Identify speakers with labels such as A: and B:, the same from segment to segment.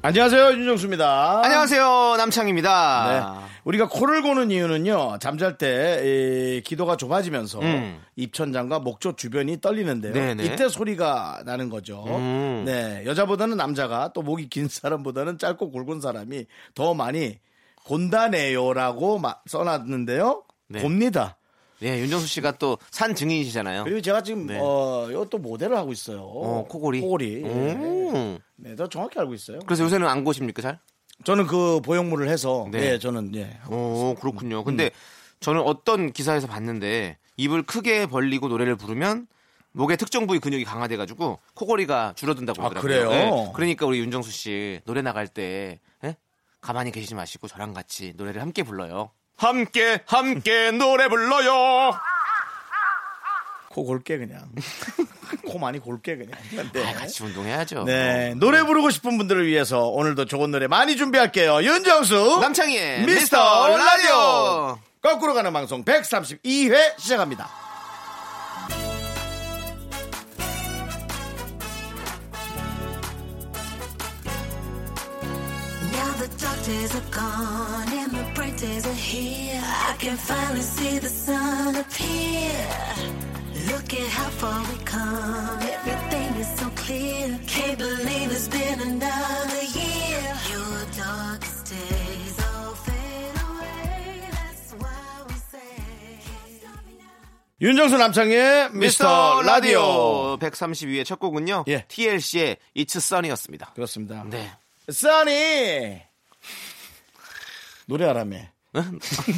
A: 안녕하세요 윤정수입니다.
B: 안녕하세요
A: 네.
B: 남창입니다.
A: 우리가 코를 고는 이유는요. 잠잘 때 이, 기도가 좁아지면서
B: 음.
A: 입천장과 목젖 주변이 떨리는데요.
B: 네네.
A: 이때 소리가 나는 거죠.
B: 음.
A: 네, 여자보다는 남자가 또 목이 긴 사람보다는 짧고 굵은 사람이 더 많이 곤다네요라고 마- 써놨는데요.
B: 네.
A: 곱니다.
B: 네, 윤정수 씨가 또 산 증인이시잖아요.
A: 그리고 제가 지금
B: 네.
A: 어, 이것도 모델을 하고 있어요.
B: 어, 코골이. 음. 예.
A: 코골이. 예.
B: 오.
A: 네, 더 정확히 알고 있어요.
B: 그래서 요새는 안 고십니까 잘?
A: 저는 그 보형물을 해서
B: 네.
A: 네, 저는 예. 하고
B: 오 그렇군요. 근데 저는 어떤 기사에서 봤는데 입을 크게 벌리고 노래를 부르면 목의 특정 부위 근육이 강화돼가지고 코골이가 줄어든다고
A: 아,
B: 그러더라고요.
A: 그래요?
B: 네. 그러니까 우리 윤정수 씨 노래 나갈 때 예? 가만히 계시지 마시고 저랑 같이 노래를 함께 불러요. 함께 함께 노래 불러요.
A: 코 골게 그냥. 코 많이 골게 그냥. 네.
B: 아, 같이 운동해야죠.
A: 네. 노래 부르고 싶은 분들을 위해서 오늘도 좋은 노래 많이 준비할게요. 윤정수
B: 남창희의
A: 미스터 라디오
B: 라디오.
A: 거꾸로 가는 방송 132회 시작합니다.
C: Now the dark days are gone and the bright days are here. I can finally see the sun appear. Look at how far we come. Everything is so clear. Can't believe it's been another year. Your darkest days all fade away. That's why we say. Can't stop me now.
A: 윤정수 남창의 미스터 라디오.
B: 132의 첫 곡은요.
A: 예.
B: TLC의 It's Sun이었습니다.
A: 그렇습니다.
B: 네.
A: 써니 노래하라며.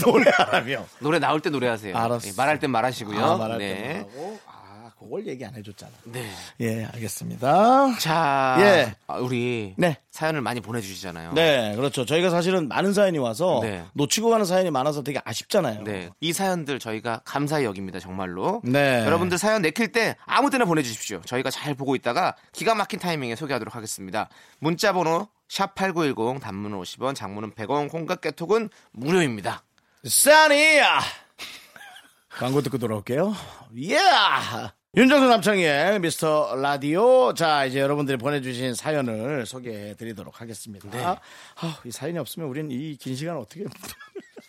A: 노래하라며.
B: 노래 나올 때 노래하세요.
A: 알았어.
B: 예, 말할 땐 말하시고요.
A: 아, 말할
B: 네.
A: 때 하고. 아, 그걸 얘기 안 해줬잖아.
B: 네.
A: 예, 알겠습니다.
B: 자,
A: 예.
B: 아, 우리
A: 네.
B: 사연을 많이 보내주시잖아요.
A: 네, 그렇죠. 저희가 사실은 많은 사연이 와서
B: 네.
A: 놓치고 가는 사연이 많아서 되게 아쉽잖아요.
B: 네. 이 사연들 저희가 감사히 여깁니다, 정말로.
A: 네.
B: 여러분들 사연 내킬 때 아무 때나 보내주십시오. 저희가 잘 보고 있다가 기가 막힌 타이밍에 소개하도록 하겠습니다. 문자번호 샵8910 단문은 50원, 장문은 100원, 콩과 깨톡은 무료입니다.
A: 써니야! 광고 듣고 돌아올게요. 예! 윤정수 남창희의 미스터 라디오. 자, 이제 여러분들이 보내주신 사연을 소개해 드리도록 하겠습니다.
B: 네.
A: 아, 이 사연이 없으면 우린 이 긴 시간 어떻게.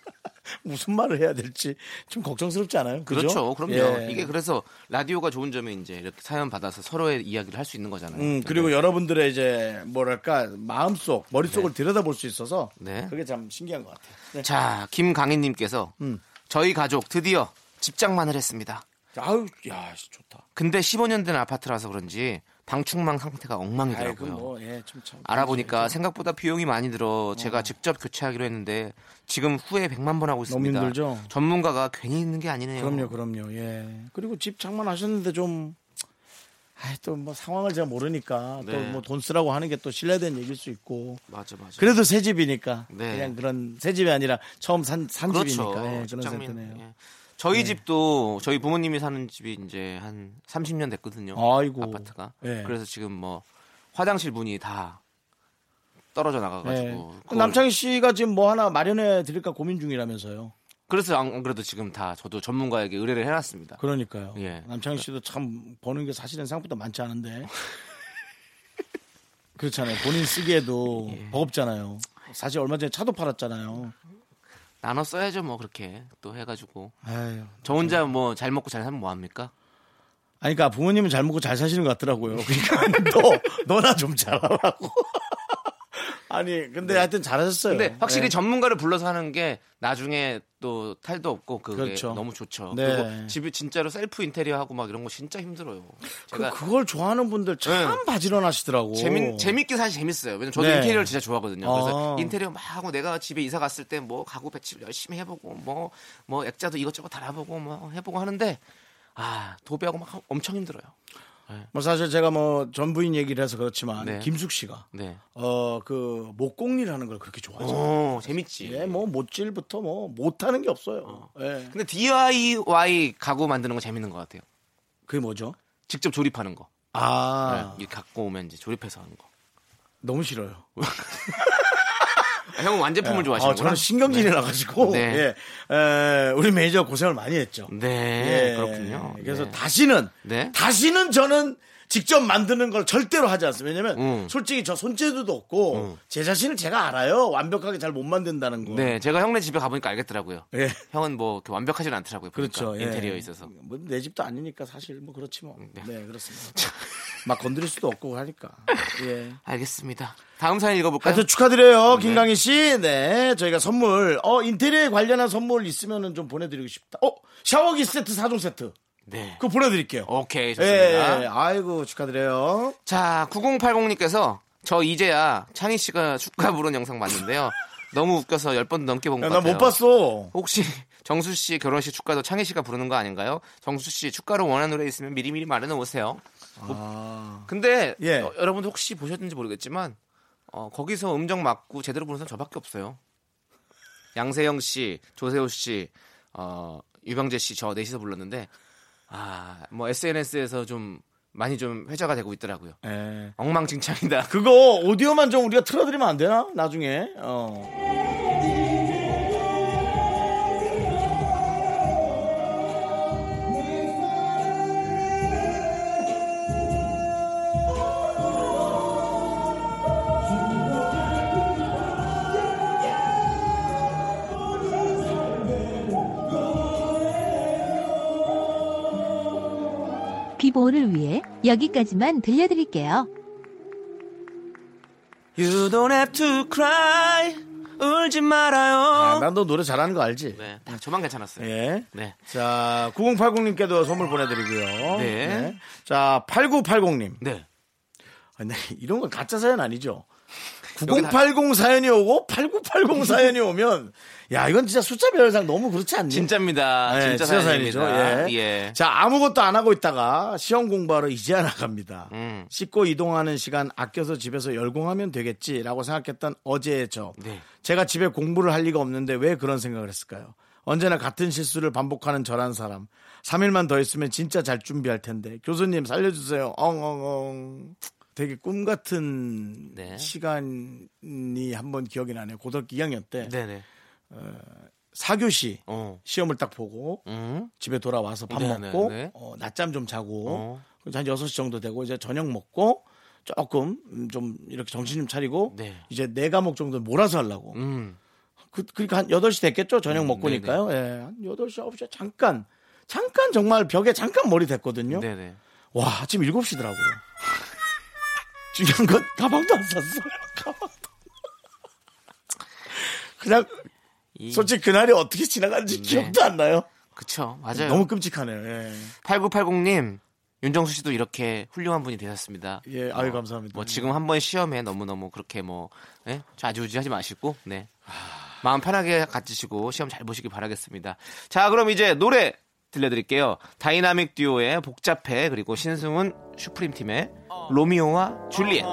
A: 무슨 말을 해야 될지 좀 걱정스럽지 않아요? 그죠?
B: 그렇죠. 그럼요
A: 예.
B: 이게 그래서 라디오가 좋은 점이 이제 이렇게 사연 받아서 서로의 이야기를 할 수 있는 거잖아요.
A: 음, 그리고 여러분들의 이제 뭐랄까 마음속, 머릿속을 들여다볼 수 있어서
B: 네.
A: 그게 참 신기한 것 같아요. 네.
B: 자, 김강희님께서
A: 음.
B: 저희 가족 드디어 집장만을 했습니다.
A: 아유, 야, 씨, 좋다.
B: 근데 15년 된 아파트라서 그런지 방충망 상태가
A: 아이,
B: 엉망이더라고요.
A: 그 뭐, 그렇죠. 예, 좀 참.
B: 알아보니까 생각보다 비용이 많이 들어 제가 직접 교체하기로 했는데 지금 후회 100만 번 하고 있습니다.
A: 힘들죠?
B: 전문가가 괜히 있는 게 아니네요.
A: 그럼요, 그럼요. 예. 그리고 집 장만하셨는데 좀, 아이, 또 뭐 상황을 제가 모르니까 또
B: 네.
A: 뭐 돈 쓰라고 하는 게 또 신뢰된 얘기일 수 있고.
B: 맞아 맞아.
A: 그래도 새 집이니까
B: 네.
A: 그냥 그런 새 집이 아니라 처음 산, 산
B: 그렇죠.
A: 집이니까 예, 그런
B: 직장민,
A: 생각이네요.
B: 예. 저희 집도 저희 부모님이 사는 집이 이제 한 30년 됐거든요.
A: 아이고.
B: 아파트가.
A: 예.
B: 그래서 지금 뭐 화장실 문이 다 떨어져
A: 예.
B: 나가가지고.
A: 그
B: 그걸-
A: 남창희 씨가 지금 뭐 하나 마련해 드릴까 고민 중이라면서요.
B: 그래서 안 그래도 지금 다 저도 전문가에게 의뢰를 해놨습니다.
A: 그러니까요.
B: 예.
A: 남창희 씨도 참 버는 게 사실은 생각보다 많지 않은데. 그렇잖아요. 본인 쓰기에도
B: 예.
A: 버겁잖아요. 사실 얼마 전에 차도 팔았잖아요.
B: 나눠 써야죠 뭐 그렇게 또 해가지고
A: 아유.
B: 저 혼자
A: 그렇죠.
B: 뭐 잘 먹고 잘 살면 뭐 합니까?
A: 아니, 그러니까 부모님은 잘 먹고 잘 사시는 것 같더라고요. 그러니까 너, 너나 좀 잘하라고. 아니, 근데 하여튼 잘하셨어요.
B: 네. 근데 확실히
A: 네.
B: 전문가를 불러서 하는 게 나중에 또 탈도 없고 그게
A: 그렇죠.
B: 너무 좋죠.
A: 네.
B: 그리고 집이 진짜로 셀프 인테리어 하고 막 이런 거 진짜 힘들어요.
A: 그,
B: 제가
A: 그걸 좋아하는 분들 참
B: 네.
A: 바지런하시더라고.
B: 재밌 재밌긴 사실 재밌어요. 왜냐면 저도
A: 네.
B: 인테리어를 진짜 좋아하거든요.
A: 아.
B: 그래서 인테리어 막 하고 내가 집에 이사 갔을 때 뭐 가구 배치를 열심히 해보고 뭐 뭐 액자도 이것저것 달아보고 뭐 해보고 하는데 아 도배하고 막 엄청 힘들어요.
A: 뭐 사실 제가 뭐 전부인 얘기를 해서 그렇지만
B: 네.
A: 김숙 씨가
B: 네.
A: 어 그 목공일하는 걸 그렇게 좋아하죠.
B: 오, 재밌지.
A: 예, 뭐 못질부터 뭐 못하는 게 없어요. 예.
B: 근데 DIY 가구 만드는 거 재밌는 것 같아요.
A: 그게 뭐죠?
B: 직접 조립하는 거.
A: 아
B: 네, 이게 갖고 오면 이제 조립해서 하는 거.
A: 너무 싫어요.
B: 아, 형은 완제품을
A: 아,
B: 좋아하시는구나.
A: 저는 신경질이 나가지고
B: 네.
A: 예. 에, 우리 매니저 고생을 많이 했죠.
B: 네,
A: 예.
B: 그렇군요.
A: 그래서
B: 네.
A: 다시는
B: 네.
A: 다시는 저는 직접 만드는 걸 절대로 하지 않습니다. 왜냐면
B: 음.
A: 솔직히 저 손재주도 없고 제 자신을 제가 알아요. 완벽하게 잘 못 만든다는 거.
B: 네, 제가 형네 집에 가보니까 알겠더라고요.
A: 예.
B: 형은 뭐 이렇게 완벽하진 않더라고요. 보니까.
A: 그렇죠. 예.
B: 그러니까 인테리어에 있어서.
A: 뭐내 집도 아니니까 사실 뭐 그렇지 뭐. 네, 그렇습니다.
B: 참.
A: 막 건드릴 수도 없고 하니까. 예.
B: 알겠습니다. 다음 사연 읽어볼까요?
A: 하여튼 축하드려요, 김강희 씨. 네, 저희가 선물, 어, 인테리어에 관련한 선물 있으면 좀 보내드리고 싶다. 어, 샤워기 세트 4종 세트.
B: 네.
A: 그거 보내드릴게요.
B: 오케이, 좋습니다.
A: 예, 아이고, 축하드려요.
B: 자, 9080님께서 저 이제야 창희 씨가 축가 부른 영상 봤는데요. 너무 웃겨서 10번 넘게 본 것
A: 야,
B: 같아요.
A: 나 못 봤어.
B: 혹시 정수 씨 결혼식 축가도 창희 씨가 부르는 거 아닌가요? 정수 씨 축가로 원하는 노래 있으면 미리미리 마련해 오세요. 뭐, 근데
A: 예.
B: 어, 여러분 혹시 보셨는지 모르겠지만 어, 거기서 음정 맞고 제대로 부르는 사람 저밖에 없어요. 양세형 씨, 조세호 씨, 어, 유병재 씨 저 넷이서 불렀는데 아, 뭐 SNS에서 좀 많이 좀 회자가 되고 있더라고요.
A: 예.
B: 엉망진창이다.
A: 그거 오디오만 좀 우리가 틀어드리면 안 되나? 나중에. 어.
D: 비보호를 위해 여기까지만 들려드릴게요.
B: You don't have to cry. 울지
A: 아,
B: 말아요.
A: 난 너 노래 잘하는 거 알지?
B: 어. 네, 아, 저만 괜찮았어요.
A: 예.
B: 네.
A: 자, 9080님께도 선물 보내드리고요.
B: 네.
A: 자, 8980님.
B: 네.
A: 근데 아, 이런 건 가짜 사연 아니죠? 9080 사연이 오고 8980 사연이 오면 야 이건 진짜 숫자 별상 너무 그렇지 않니?
B: 아, 진짜입니다.
A: 예,
B: 진짜, 사연입니다.
A: 사연이죠. 예.
B: 예.
A: 자 아무것도 안 하고 있다가 시험 공부하러 이제야 나갑니다.
B: 음.
A: 씻고 이동하는 시간 아껴서 집에서 열공하면 되겠지라고 생각했던 어제의 저.
B: 네.
A: 제가 집에 공부를 할 리가 없는데 왜 그런 생각을 했을까요? 언제나 같은 실수를 반복하는 저란 사람. 3일만 더 있으면 진짜 잘 준비할 텐데. 교수님 살려주세요. 엉엉엉. 되게 꿈 같은
B: 네.
A: 시간이 한번 기억이 나네요. 고등학교 2학년 때
B: 네네.
A: 사교시
B: 어.
A: 시험을 딱 보고
B: 음.
A: 집에 돌아와서 밥
B: 네,
A: 먹고
B: 네, 네.
A: 어, 낮잠 좀 자고
B: 어.
A: 그래서 한 6시 정도 되고 이제 저녁 먹고 조금 음, 좀 이렇게 정신 좀 차리고
B: 네.
A: 이제 네 과목 정도 몰아서 하려고
B: 음. 네,
A: 그, 그러니까 한 8시 됐겠죠? 저녁 먹고니까요. 예. 한 8시, 9시 에 잠깐 잠깐 정말 벽에 잠깐 머리 댔거든요.
B: 네네.
A: 와, 아침 7시더라고요. 중요한 건 가방도 안 샀어요. 가방도. 그냥
B: 이- 네.
A: 솔직히 그날이 어떻게 지나갔는지 기억도 안 나요.
B: 그쵸. 맞아요.
A: 너무 끔찍하네요. 예.
B: 8980님. 윤정수 씨도 이렇게 훌륭한 분이 되셨습니다.
A: 예, 아유, 감사합니다.
B: 뭐 지금 한 번 시험에 너무너무 그렇게 뭐 예? 좌지우지하지 마시고 네. 마음 편하게 가지시고 시험 잘 보시길 바라겠습니다. 자, 그럼 이제 노래 들려드릴게요. 다이나믹 듀오의 복잡해 그리고 신승훈 슈프림 팀의 로미오와 줄리엣.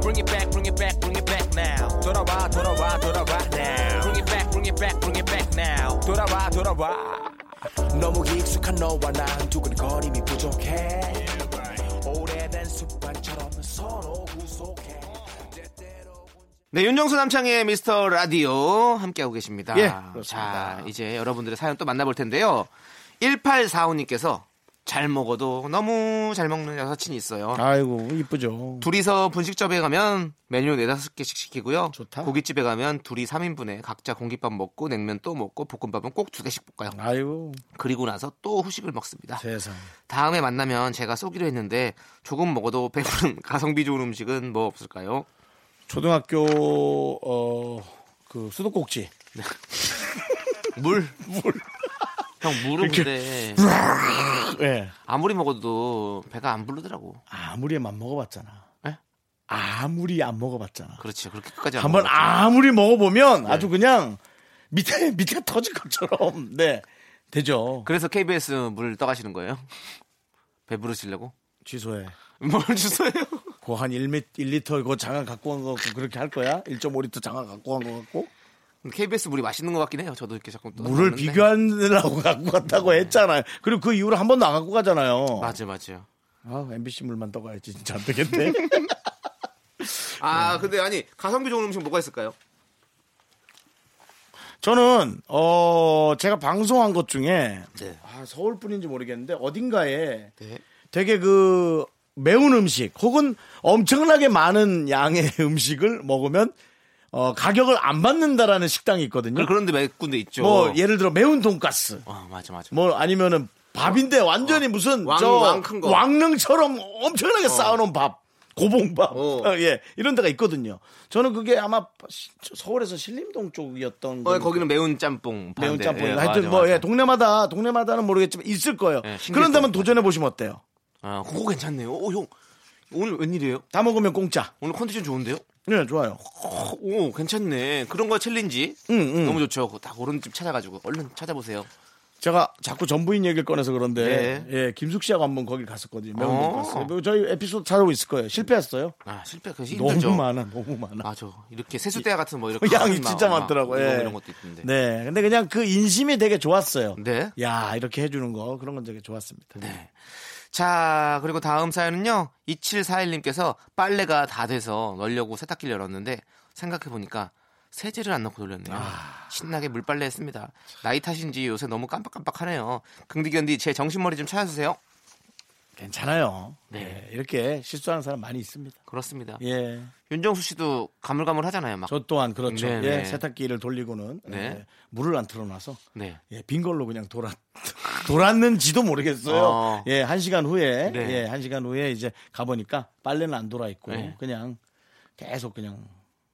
E: Bring it back, bring it back, bring it back now. 돌아와, 돌아와, 돌아와 now. Bring it back, bring it back, bring it back now. 돌아와, 돌아와. 너무 익숙한 너와 난 두근거림이 부족해. 오래된 습관처럼 서로 구속해. 때때로
B: 네, 윤정수 남창의 미스터 라디오 함께하고 계십니다.
A: 예, 그렇습니다.
B: 자, 이제 여러분들의 사연 또 만나볼 텐데요. 1845님께서 잘 먹어도 너무 잘 먹는 여사친이 있어요.
A: 아이고, 이쁘죠.
B: 둘이서 분식점에 가면 메뉴 네다섯 개씩 시키고요.
A: 좋다.
B: 고깃집에 가면 둘이 3인분에 각자 공깃밥 먹고 냉면 또 먹고 볶음밥은 꼭 두 개씩 볶아요.
A: 아이고,
B: 그리고 나서 또 후식을 먹습니다.
A: 세상.
B: 다음에 만나면 제가 쏘기로 했는데 조금 먹어도 배부른 가성비 좋은 음식은 뭐 없을까요?
A: 초등학교, 어, 그, 수도꼭지.
B: 물. 물. 형 물은
A: 이렇게
B: 근데
A: 예.
B: 아무리 먹어도 배가 안 부르더라고.
A: 아무리 안 먹어봤잖아.
B: 예?
A: 아무리 안 먹어봤잖아.
B: 그렇지 그렇게 끝까지 안
A: 한번 아!
B: 먹어봤죠.
A: 아무리 먹어보면 아주 그냥 밑에 밑에 터질 것처럼 네 되죠.
B: 그래서 KBS 물 떠가시는 거예요? 배부르시려고?
A: 취소해.
B: 뭘 주세요?
A: 그한 1미, 1리터 그거 장화 갖고 간 거 갖고 그렇게 할 거야? 1.5리터 장화 갖고 간 거 갖고?
B: KBS 물이 맛있는 것 같긴 해요. 저도 이렇게 자꾸 또
A: 물을
B: 먹는데.
A: 비교하느라고 갖고 갔다고 했잖아요. 그리고 그 이후로 한 번도 안 갖고 가잖아요.
B: 맞아 맞아요.
A: 아, MBC 물만 떠가야지 진짜 안 되겠네.
B: 아 근데 아니 가성비 좋은 음식 뭐가 있을까요?
A: 저는 어 제가 방송한 것 중에
B: 네.
A: 아, 서울 뿐인지 모르겠는데 어딘가에
B: 네.
A: 되게 그 매운 음식 혹은 엄청나게 많은 양의 음식을 먹으면 어 가격을 안 받는다라는 식당이 있거든요.
B: 그런데 몇 군데 있죠.
A: 뭐 예를 들어 매운 돈가스
B: 아 맞아 맞아.
A: 뭐 아니면은 밥인데 완전히 무슨
B: 어. 왕-
A: 저
B: 왕큰 거.
A: 왕릉처럼 엄청나게 쌓아놓은 밥 고봉밥
B: 어.
A: 어, 예 이런 데가 있거든요. 저는 그게 아마 시- 서울에서 신림동 쪽이었던
B: 어,
A: 건-
B: 거기는 매운 짬뽕.
A: 뭐, 매운
B: 파는데.
A: 짬뽕.
B: 예,
A: 하여튼
B: 맞아,
A: 뭐
B: 맞아.
A: 예, 동네마다 동네마다는 모르겠지만 있을 거예요.
B: 예, 신기할
A: 그런 데면
B: 것 같아요.
A: 도전해 보시면 어때요?
B: 아 그거 괜찮네요. 오형 오늘 웬일이에요?
A: 다 먹으면 공짜.
B: 오늘 컨디션 좋은데요?
A: 네, 좋아요.
B: 어, 오 괜찮네. 그런 거 챌린지
A: 응, 응.
B: 너무 좋죠. 그거 다 그런 집 찾아가지고 얼른 찾아보세요.
A: 제가 자꾸 전부인 얘기를 꺼내서 그런데
B: 네.
A: 예, 김숙 씨하고 한번 거기 갔었거든요. 매운
B: 어.
A: 돈가스. 그리고 저희 에피소드 찾아오고 있을 거예요. 실패했어요.
B: 아 실패 그
A: 너무
B: 힘들죠.
A: 많아, 너무 많아.
B: 맞아. 이렇게 세수대야 같은 뭐 이렇게
A: 그 양이
B: 큰 막-
A: 진짜
B: 막
A: 많더라고요.
B: 이런,
A: 예.
B: 이런 것도 있던데.
A: 네, 근데 그냥 그 인심이 되게 좋았어요.
B: 네.
A: 야 이렇게 해주는 거 그런 건 되게 좋았습니다.
B: 네. 자, 그리고 다음 사연은요. 2741님께서 빨래가 다 돼서 널려고 세탁기를 열었는데 생각해보니까 세제를 안 넣고 돌렸네요.
A: 아.
B: 신나게 물빨래 했습니다. 나이 탓인지 요새 너무 깜빡깜빡하네요. 긍디견디 제 정신머리 좀 찾아주세요.
A: 괜찮아요.
B: 네.
A: 네, 이렇게 실수하는 사람 많이 있습니다.
B: 그렇습니다.
A: 예,
B: 윤정수 씨도 가물가물 하잖아요. 막.
A: 저 또한 그렇죠.
B: 네,
A: 예,
B: 네.
A: 세탁기를 돌리고는
B: 네.
A: 예, 물을 안 틀어놔서
B: 네.
A: 예, 빈 걸로 그냥 돌았 돌았는지도 모르겠어요.
B: 어.
A: 예, 한 시간 후에
B: 네.
A: 예, 한 시간 후에 이제 가 보니까 빨래는 안 돌아 있고
B: 네.
A: 그냥 계속 그냥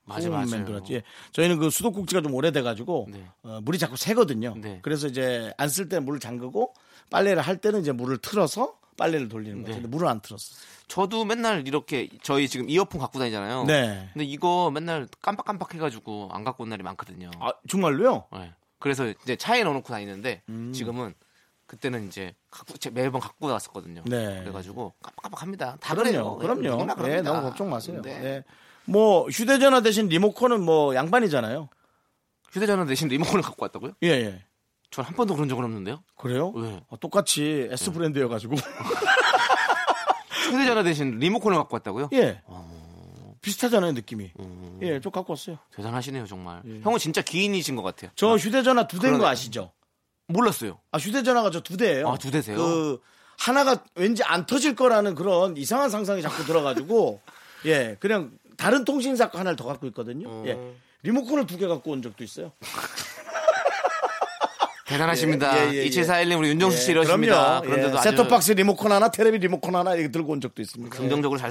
B: 맞아,
A: 소금만
B: 맞아요.
A: 돌았지. 예. 저희는 그 수도꼭지가 좀 오래돼 가지고
B: 네.
A: 어, 물이 자꾸 새거든요.
B: 네.
A: 그래서 이제 안 쓸 때 물을 잠그고 빨래를 할 때는 이제 물을 틀어서 빨래를 돌리는 거죠.
B: 네.
A: 근데 물을 안 틀었어.
B: 저도 맨날 이렇게 저희 지금 이어폰 갖고 다니잖아요.
A: 네.
B: 근데 이거 맨날 깜빡깜빡 해가지고 안 갖고 온 날이 많거든요.
A: 아, 정말로요?
B: 예. 그래서 이제 차에 넣어놓고 다니는데
A: 음.
B: 지금은 그때는 이제 갖고 제- 매번 갖고 나왔었거든요.
A: 네.
B: 그래가지고 깜빡깜빡합니다. 다
A: 아, 그럼요.
B: 아, 그래요. 네,
A: 그럼요.
B: 누구나
A: 예,
B: 그럽니다.
A: 너무 걱정 마세요.
B: 네.
A: 예. 뭐 휴대전화 대신 리모컨은 뭐 양반이잖아요.
B: 휴대전화 대신 리모컨을 갖고 왔다고요?
A: 예, 예.
B: 전 한 번도 그런 적은 없는데요.
A: 그래요?
B: 예.
A: 어, 똑같이
B: 네.
A: S 브랜드여가지고
B: 휴대전화 대신 리모컨을 갖고 왔다고요?
A: 예 비슷하잖아요 느낌이
B: 어. 음,
A: 예 저 갖고 왔어요.
B: 대단하시네요 정말.
A: 예.
B: 형은 진짜 기인이신 것 같아요.
A: 저 휴대전화 두 대인 거
B: 그러네.
A: 아시죠?
B: 몰랐어요.
A: 아 휴대전화가 저 두 대예요.
B: 아, 두 대세요?
A: 그 하나가 왠지 안 터질 거라는 그런 이상한 상상이 자꾸 들어가지고 예 그냥 다른 통신사 거 하나를 더 갖고 있거든요.
B: 음.
A: 예 리모컨을 두 개 갖고 온 적도 있어요.
B: 대단하십니다.
A: 예, 예, 예.
B: 2741님 우리 윤정수 씨
A: 예, 그럼요.
B: 이러십니다. 그런데도
A: 예,
B: 아주
A: 셋톱박스 리모컨 하나, 테레비 리모컨 하나 이렇게 들고 온 적도 있습니다.
B: 긍정적으로 잘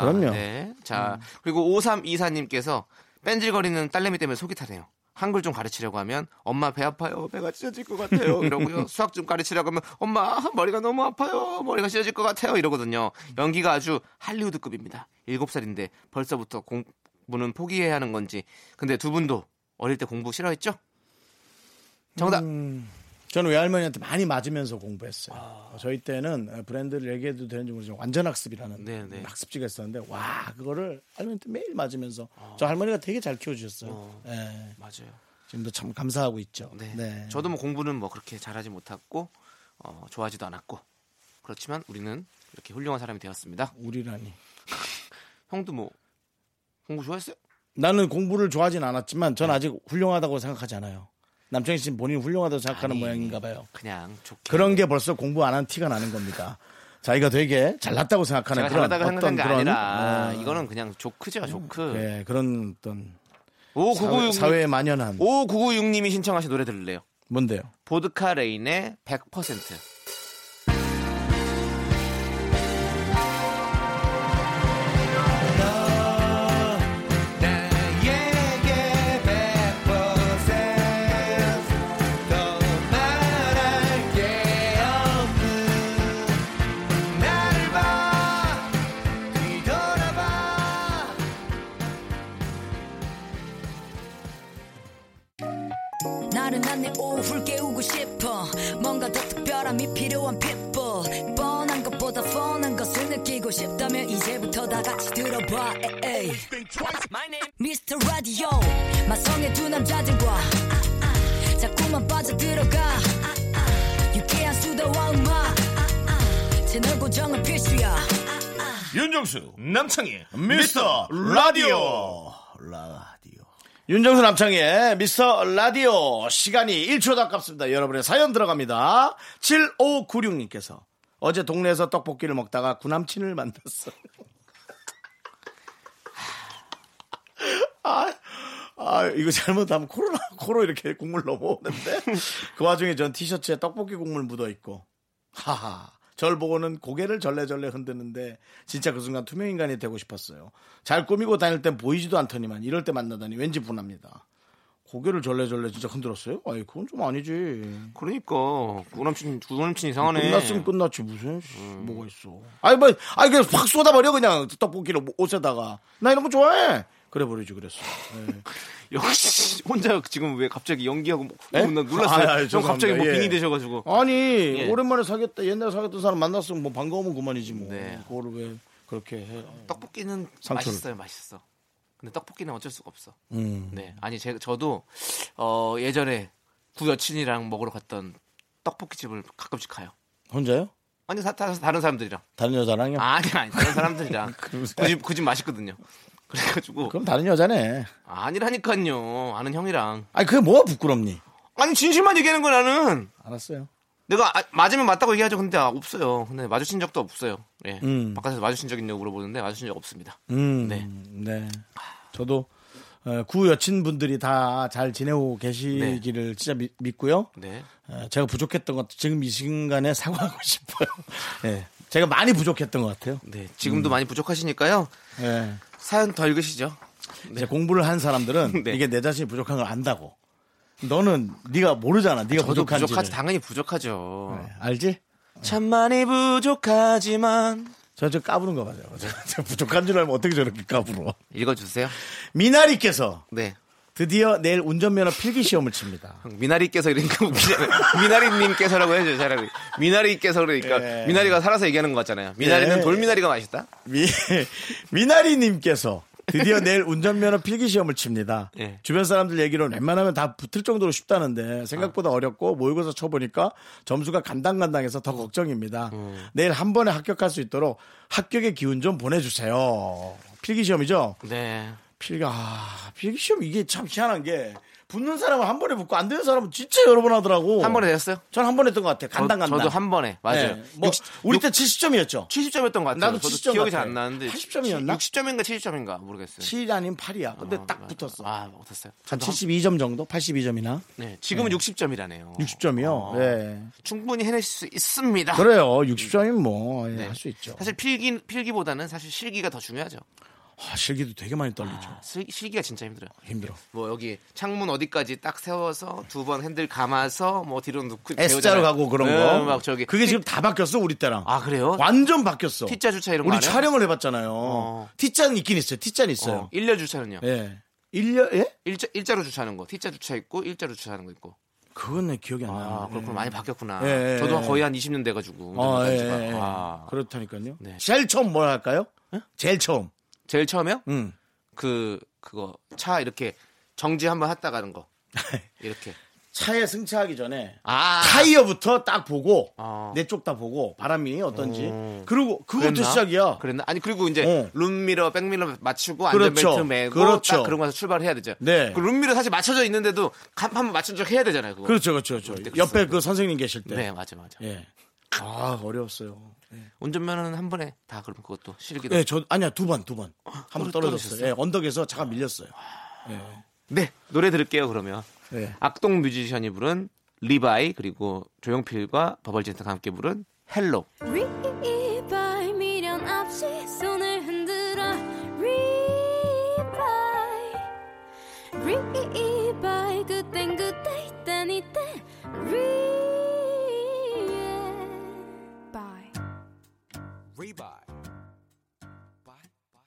A: 네. 그럼요.
B: 네. 자, 그리고 5324님께서 뺀질거리는 딸내미 때문에 속이 타네요. 한글 좀 가르치려고 하면 엄마 배 아파요. 배가 찢어질 것 같아요. 이러고요. 수학 좀 가르치려고 하면 엄마 머리가 너무 아파요. 머리가 찢어질 것 같아요. 이러거든요. 연기가 아주 할리우드급입니다. 7살인데 벌써부터 공부는 포기해야 하는 건지. 근데 두 분도 어릴 때 공부 싫어했죠? 정답.
A: 저는 외할머니한테 많이 맞으면서 공부했어요. 저희 때는 브랜드를 얘기해도 되는지 모르지만 완전학습이라는
B: 네, 네.
A: 학습지가 있었는데 와 그거를 할머니한테 매일 맞으면서 저 할머니가 되게 잘 키워주셨어요.
B: 아. 어.
A: 예,
B: 맞아요.
A: 지금도 참 감사하고 있죠.
B: 네.
A: 네.
B: 저도 뭐 공부는 뭐 그렇게 잘하지 못했고 어, 좋아하지도 않았고 그렇지만 우리는 이렇게 훌륭한 사람이 되었습니다.
A: 우리라니.
B: 형도 뭐 공부 좋아했어요?
A: 나는 공부를 좋아하진 않았지만
B: 네.
A: 전 아직 훌륭하다고 생각하지 않아요. 남창희 씨는 본인이 훌륭하다고 생각하는
B: 아니,
A: 모양인가 봐요.
B: 그냥 좋게
A: 그런 게 벌써 공부 안 한 티가 나는 겁니다. 자기가 되게 잘났다고 생각하는
B: 제가
A: 그런
B: 잘하다고 생각한
A: 어떤
B: 게
A: 그런
B: 아니라
A: 어,
B: 이거는 그냥 조크죠 조크.
A: 예, 그런 어떤
B: 오
A: 사회,
B: 996
A: 사회에 만연한
B: 오 996님이 신청하신 노래 들을래요.
A: 뭔데요?
B: 보드카 레인의 100%.
C: 널
F: 나른한 내 오후를 깨우고 싶어 뭔가 더 특별함이 필요한 people 뻔한 것보다 뻔한 것을 느끼고 싶다면 이제부터 다 같이 들어봐 에이. Mr. Radio 마성의 두 남자들과 자꾸만 빠져들어가 유쾌한 수다와 음악 채널 고정은 필수야
A: 윤정수 남창희 미스터 라디오 라디오 윤정수 남창희의 미스터 라디오 시간이 1초도 아깝습니다 여러분의 사연 들어갑니다 7596님께서 어제 동네에서 떡볶이를 먹다가 구남친을 만났어 아, 아 이거 잘못하면 코로나 코로 이렇게 국물 넘어오는데 그 와중에 전 티셔츠에 떡볶이 국물 묻어있고 하하. 절 보고는 고개를 절레절레 흔드는데 진짜 그 순간 투명 인간이 되고 싶었어요. 잘 꾸미고 다닐 땐 보이지도 않더니만 이럴 때 만나다니 왠지 분합니다. 고개를 절레절레 진짜 흔들었어요? 아이 그건 좀 아니지.
B: 그러니까 구남친 구남친 이상하네.
A: 끝났으면 끝났지 무슨 씨, 뭐가 있어. 아니 뭐 아니 그냥 확 쏟아버려 그냥 떡볶이를 옷에다가 나 이런 거 좋아해. 그래 버리지 그랬어. 네.
B: 역시 혼자 지금 왜 갑자기 연기하고 뭐-
A: 에?
B: 나 놀랐어요.
A: 아, 아,
B: 형 갑자기 뭐
A: 죄송합니다. 예.
B: 빙이 되셔가지고.
A: 아니
B: 예.
A: 오랜만에 사귀었다 옛날에 사귀었던 사람 만났으면 뭐 반가우면 그만이지 뭐.
B: 네.
A: 그거를 왜 그렇게 해.
B: 어, 떡볶이는
A: 상처를.
B: 맛있어요, 맛있어. 근데 떡볶이는 어쩔 수가 없어.
A: 음.
B: 네, 아니 제 저도 어, 예전에 구 여친이랑 먹으러 갔던 떡볶이 집을 가끔씩 가요.
A: 혼자요?
B: 아니 다, 다, 다른 사람들이랑.
A: 다른 여자랑요?
B: 아니 아니 다른 사람들이랑.
A: 그러세요?
B: 그집 그 집 맛있거든요. 그래가지고
A: 뭐. 그럼 다른 여자네.
B: 아니라니까요. 아는 형이랑.
A: 아니 그게 뭐가 부끄럽니?
B: 아니 진실만 얘기하는 거 나는.
A: 알았어요.
B: 내가 아- 맞으면 맞다고 얘기하죠. 근데 아, 없어요. 근데 마주친 적도 없어요. 예.
A: 음.
B: 바깥에서 마주친 적 있냐고 물어보는데 마주친 적 없습니다.
A: 음,
B: 네.
A: 네. 저도 어, 구 여친분들이 다 잘 지내고 계시기를 진짜 미- 믿고요.
B: 네.
A: 어, 제가 부족했던 것 지금 이 순간에 사과하고 싶어요. 예. 제가 많이 부족했던 것 같아요.
B: 네. 지금도
A: 음.
B: 많이 부족하시니까요. 네.
A: 예.
B: 사연 더 읽으시죠.
A: 이제 공부를 한 사람들은
B: 네.
A: 이게 내 자신이 부족한 걸 안다고. 너는 네가 모르잖아. 네가
B: 저도
A: 부족한지. 예.
B: 부족하지 당연히 부족하죠.
A: 알지?
B: 참 많이 부족하지만
A: 저 저 까부는 거 맞아요. 저- 저 부족한 줄 알면 어떻게 저렇게 까불어?
B: 읽어주세요.
A: 미나리께서
B: 네.
A: 드디어 내일 운전면허 필기 시험을 칩니다.
B: 미나리께서 이러니까 웃기잖아요. 미나리님께서라고 해줘요, 차라리. 미나리께서 그러니까.
A: 예.
B: 미나리가 살아서 얘기하는 것 같잖아요. 미나리는
A: 예.
B: 돌미나리가 맛있다?
A: 미, 미나리님께서 드디어 내일 운전면허 필기 시험을 칩니다.
B: 예.
A: 주변 사람들 얘기로는 웬만하면 다 붙을 정도로 쉽다는데 생각보다 어렵고 모의고사 쳐보니까 점수가 간당간당해서 더 걱정입니다. 내일 한 번에 합격할 수 있도록 합격의 기운 좀 보내주세요. 필기 시험이죠?
B: 네.
A: 필기, 아, 필기 시험 이게 참 희한한 게 붙는 사람은 한 번에 붙고 안 되는 사람은 진짜 여러 번 하더라고.
B: 한 번에 되었어요?
A: 전 한 번 했던 것 같아요.
B: 저-
A: 간당간당.
B: 저도 한 번에. 맞아요.
A: 네. 뭐
B: 육십-
A: 우리
B: 육-
A: 때 70점이었죠.
B: 70점이었던 것 같아요.
A: 나도
B: 저도
A: 70점
B: 기억이 잘
A: 같아요.
B: 안 나는데
A: 80점 이었나?
B: 60점인가 70점인가 모르겠어요.
A: 7 아니면 8이야. 근데
B: 어,
A: 딱
B: 맞아.
A: 붙었어.
B: 아, 붙었어요.
A: 한
B: 저도 한-
A: 72점 정도? 82점이나?
B: 네, 지금은 60점이라네요.
A: 60점이요? 네.
B: 충분히 해낼 수 있습니다.
A: 그래요. 60점이면 뭐,
B: 네.
A: 할 수 있죠.
B: 사실 필기 필기보다는 사실 실기가 더 중요하죠.
A: 아, 실기도 되게 많이 떨리죠.
B: 아, 실, 실기가 진짜 힘들어요.
A: 힘들어.
B: 뭐 여기 창문 어디까지 딱 세워서 두 번 핸들 감아서 뭐 뒤로 놓고
A: S자로
B: 배우잖아요.
A: 가고 그런
B: 네,
A: 거.
B: 막 저기
A: 그게
B: T-
A: 지금 다 바뀌었어, 우리 때랑.
B: 아 그래요?
A: 완전 바뀌었어.
B: T자 주차 이런 거
A: 우리
B: 안 해요?
A: 촬영을 해봤잖아요.
B: 어.
A: T자는 있긴 있어요. T자는
B: 어,
A: 있어요.
B: 일렬 주차는요.
A: 예. 일년 예?
B: 일자 일자로 주차하는 거, T자 주차 있고 일자로 주차하는 거 있고.
A: 그건 내 기억이 안 나요.
B: 아 그렇구나 많이 바뀌었구나.
A: 음. 예, 예,
B: 저도
A: 예.
B: 거의 한 20년 돼가지고.
A: 아, 예? 예,
B: 운전면허가.
A: 예, 예.
B: 아.
A: 그렇다니까요.
B: 네.
A: 제일 처음 뭘 할까요? 제일 처음.
B: 제일 처음에요?
A: 음.
B: 그 그거 차 이렇게 정지 한번 했다 가는 거 이렇게
A: 차에 승차하기 전에
B: 아
A: 타이어부터 딱 보고
B: 어.
A: 내 쪽 다 보고 바람이 어떤지
B: 어.
A: 그리고 그것부터
B: 그랬나?
A: 시작이야.
B: 그랬나 아니 그리고 이제
A: 어.
B: 룸미러 백미러 맞추고
A: 그렇죠.
B: 안전벨트 매고
A: 그렇죠.
B: 딱 그런 거서 출발해야 되죠
A: 네.
B: 그 룸미러 사실 맞춰져 있는데도 한 번 맞춘 척 해야 되잖아요 그거.
A: 그렇죠, 그렇죠, 그렇죠.
B: 그때
A: 옆에
B: 그랬었는데.
A: 그 선생님 계실 때.
B: 네 맞아 맞아
A: 예. 아 어려웠어요.
B: 운전면허는 한 번에 다 그럼 그것도 실기도
A: 네, 저 아니야 두 번, 두 번. 한 번
B: 떨-
A: 떨어졌어요.
B: 떨어졌어요? 아.
A: 예, 언덕에서 차가 밀렸어요.
B: 네 노래 들을게요 그러면
A: 네.
B: 악동 뮤지션이 부른 리바이 그리고 조용필과 버벌진트가 함께 부른 헬로
G: 리바이 미련 없이 손을 흔들어 리바이 리바이 그땐 그때 이땐 이때 리바이
E: Rebuy.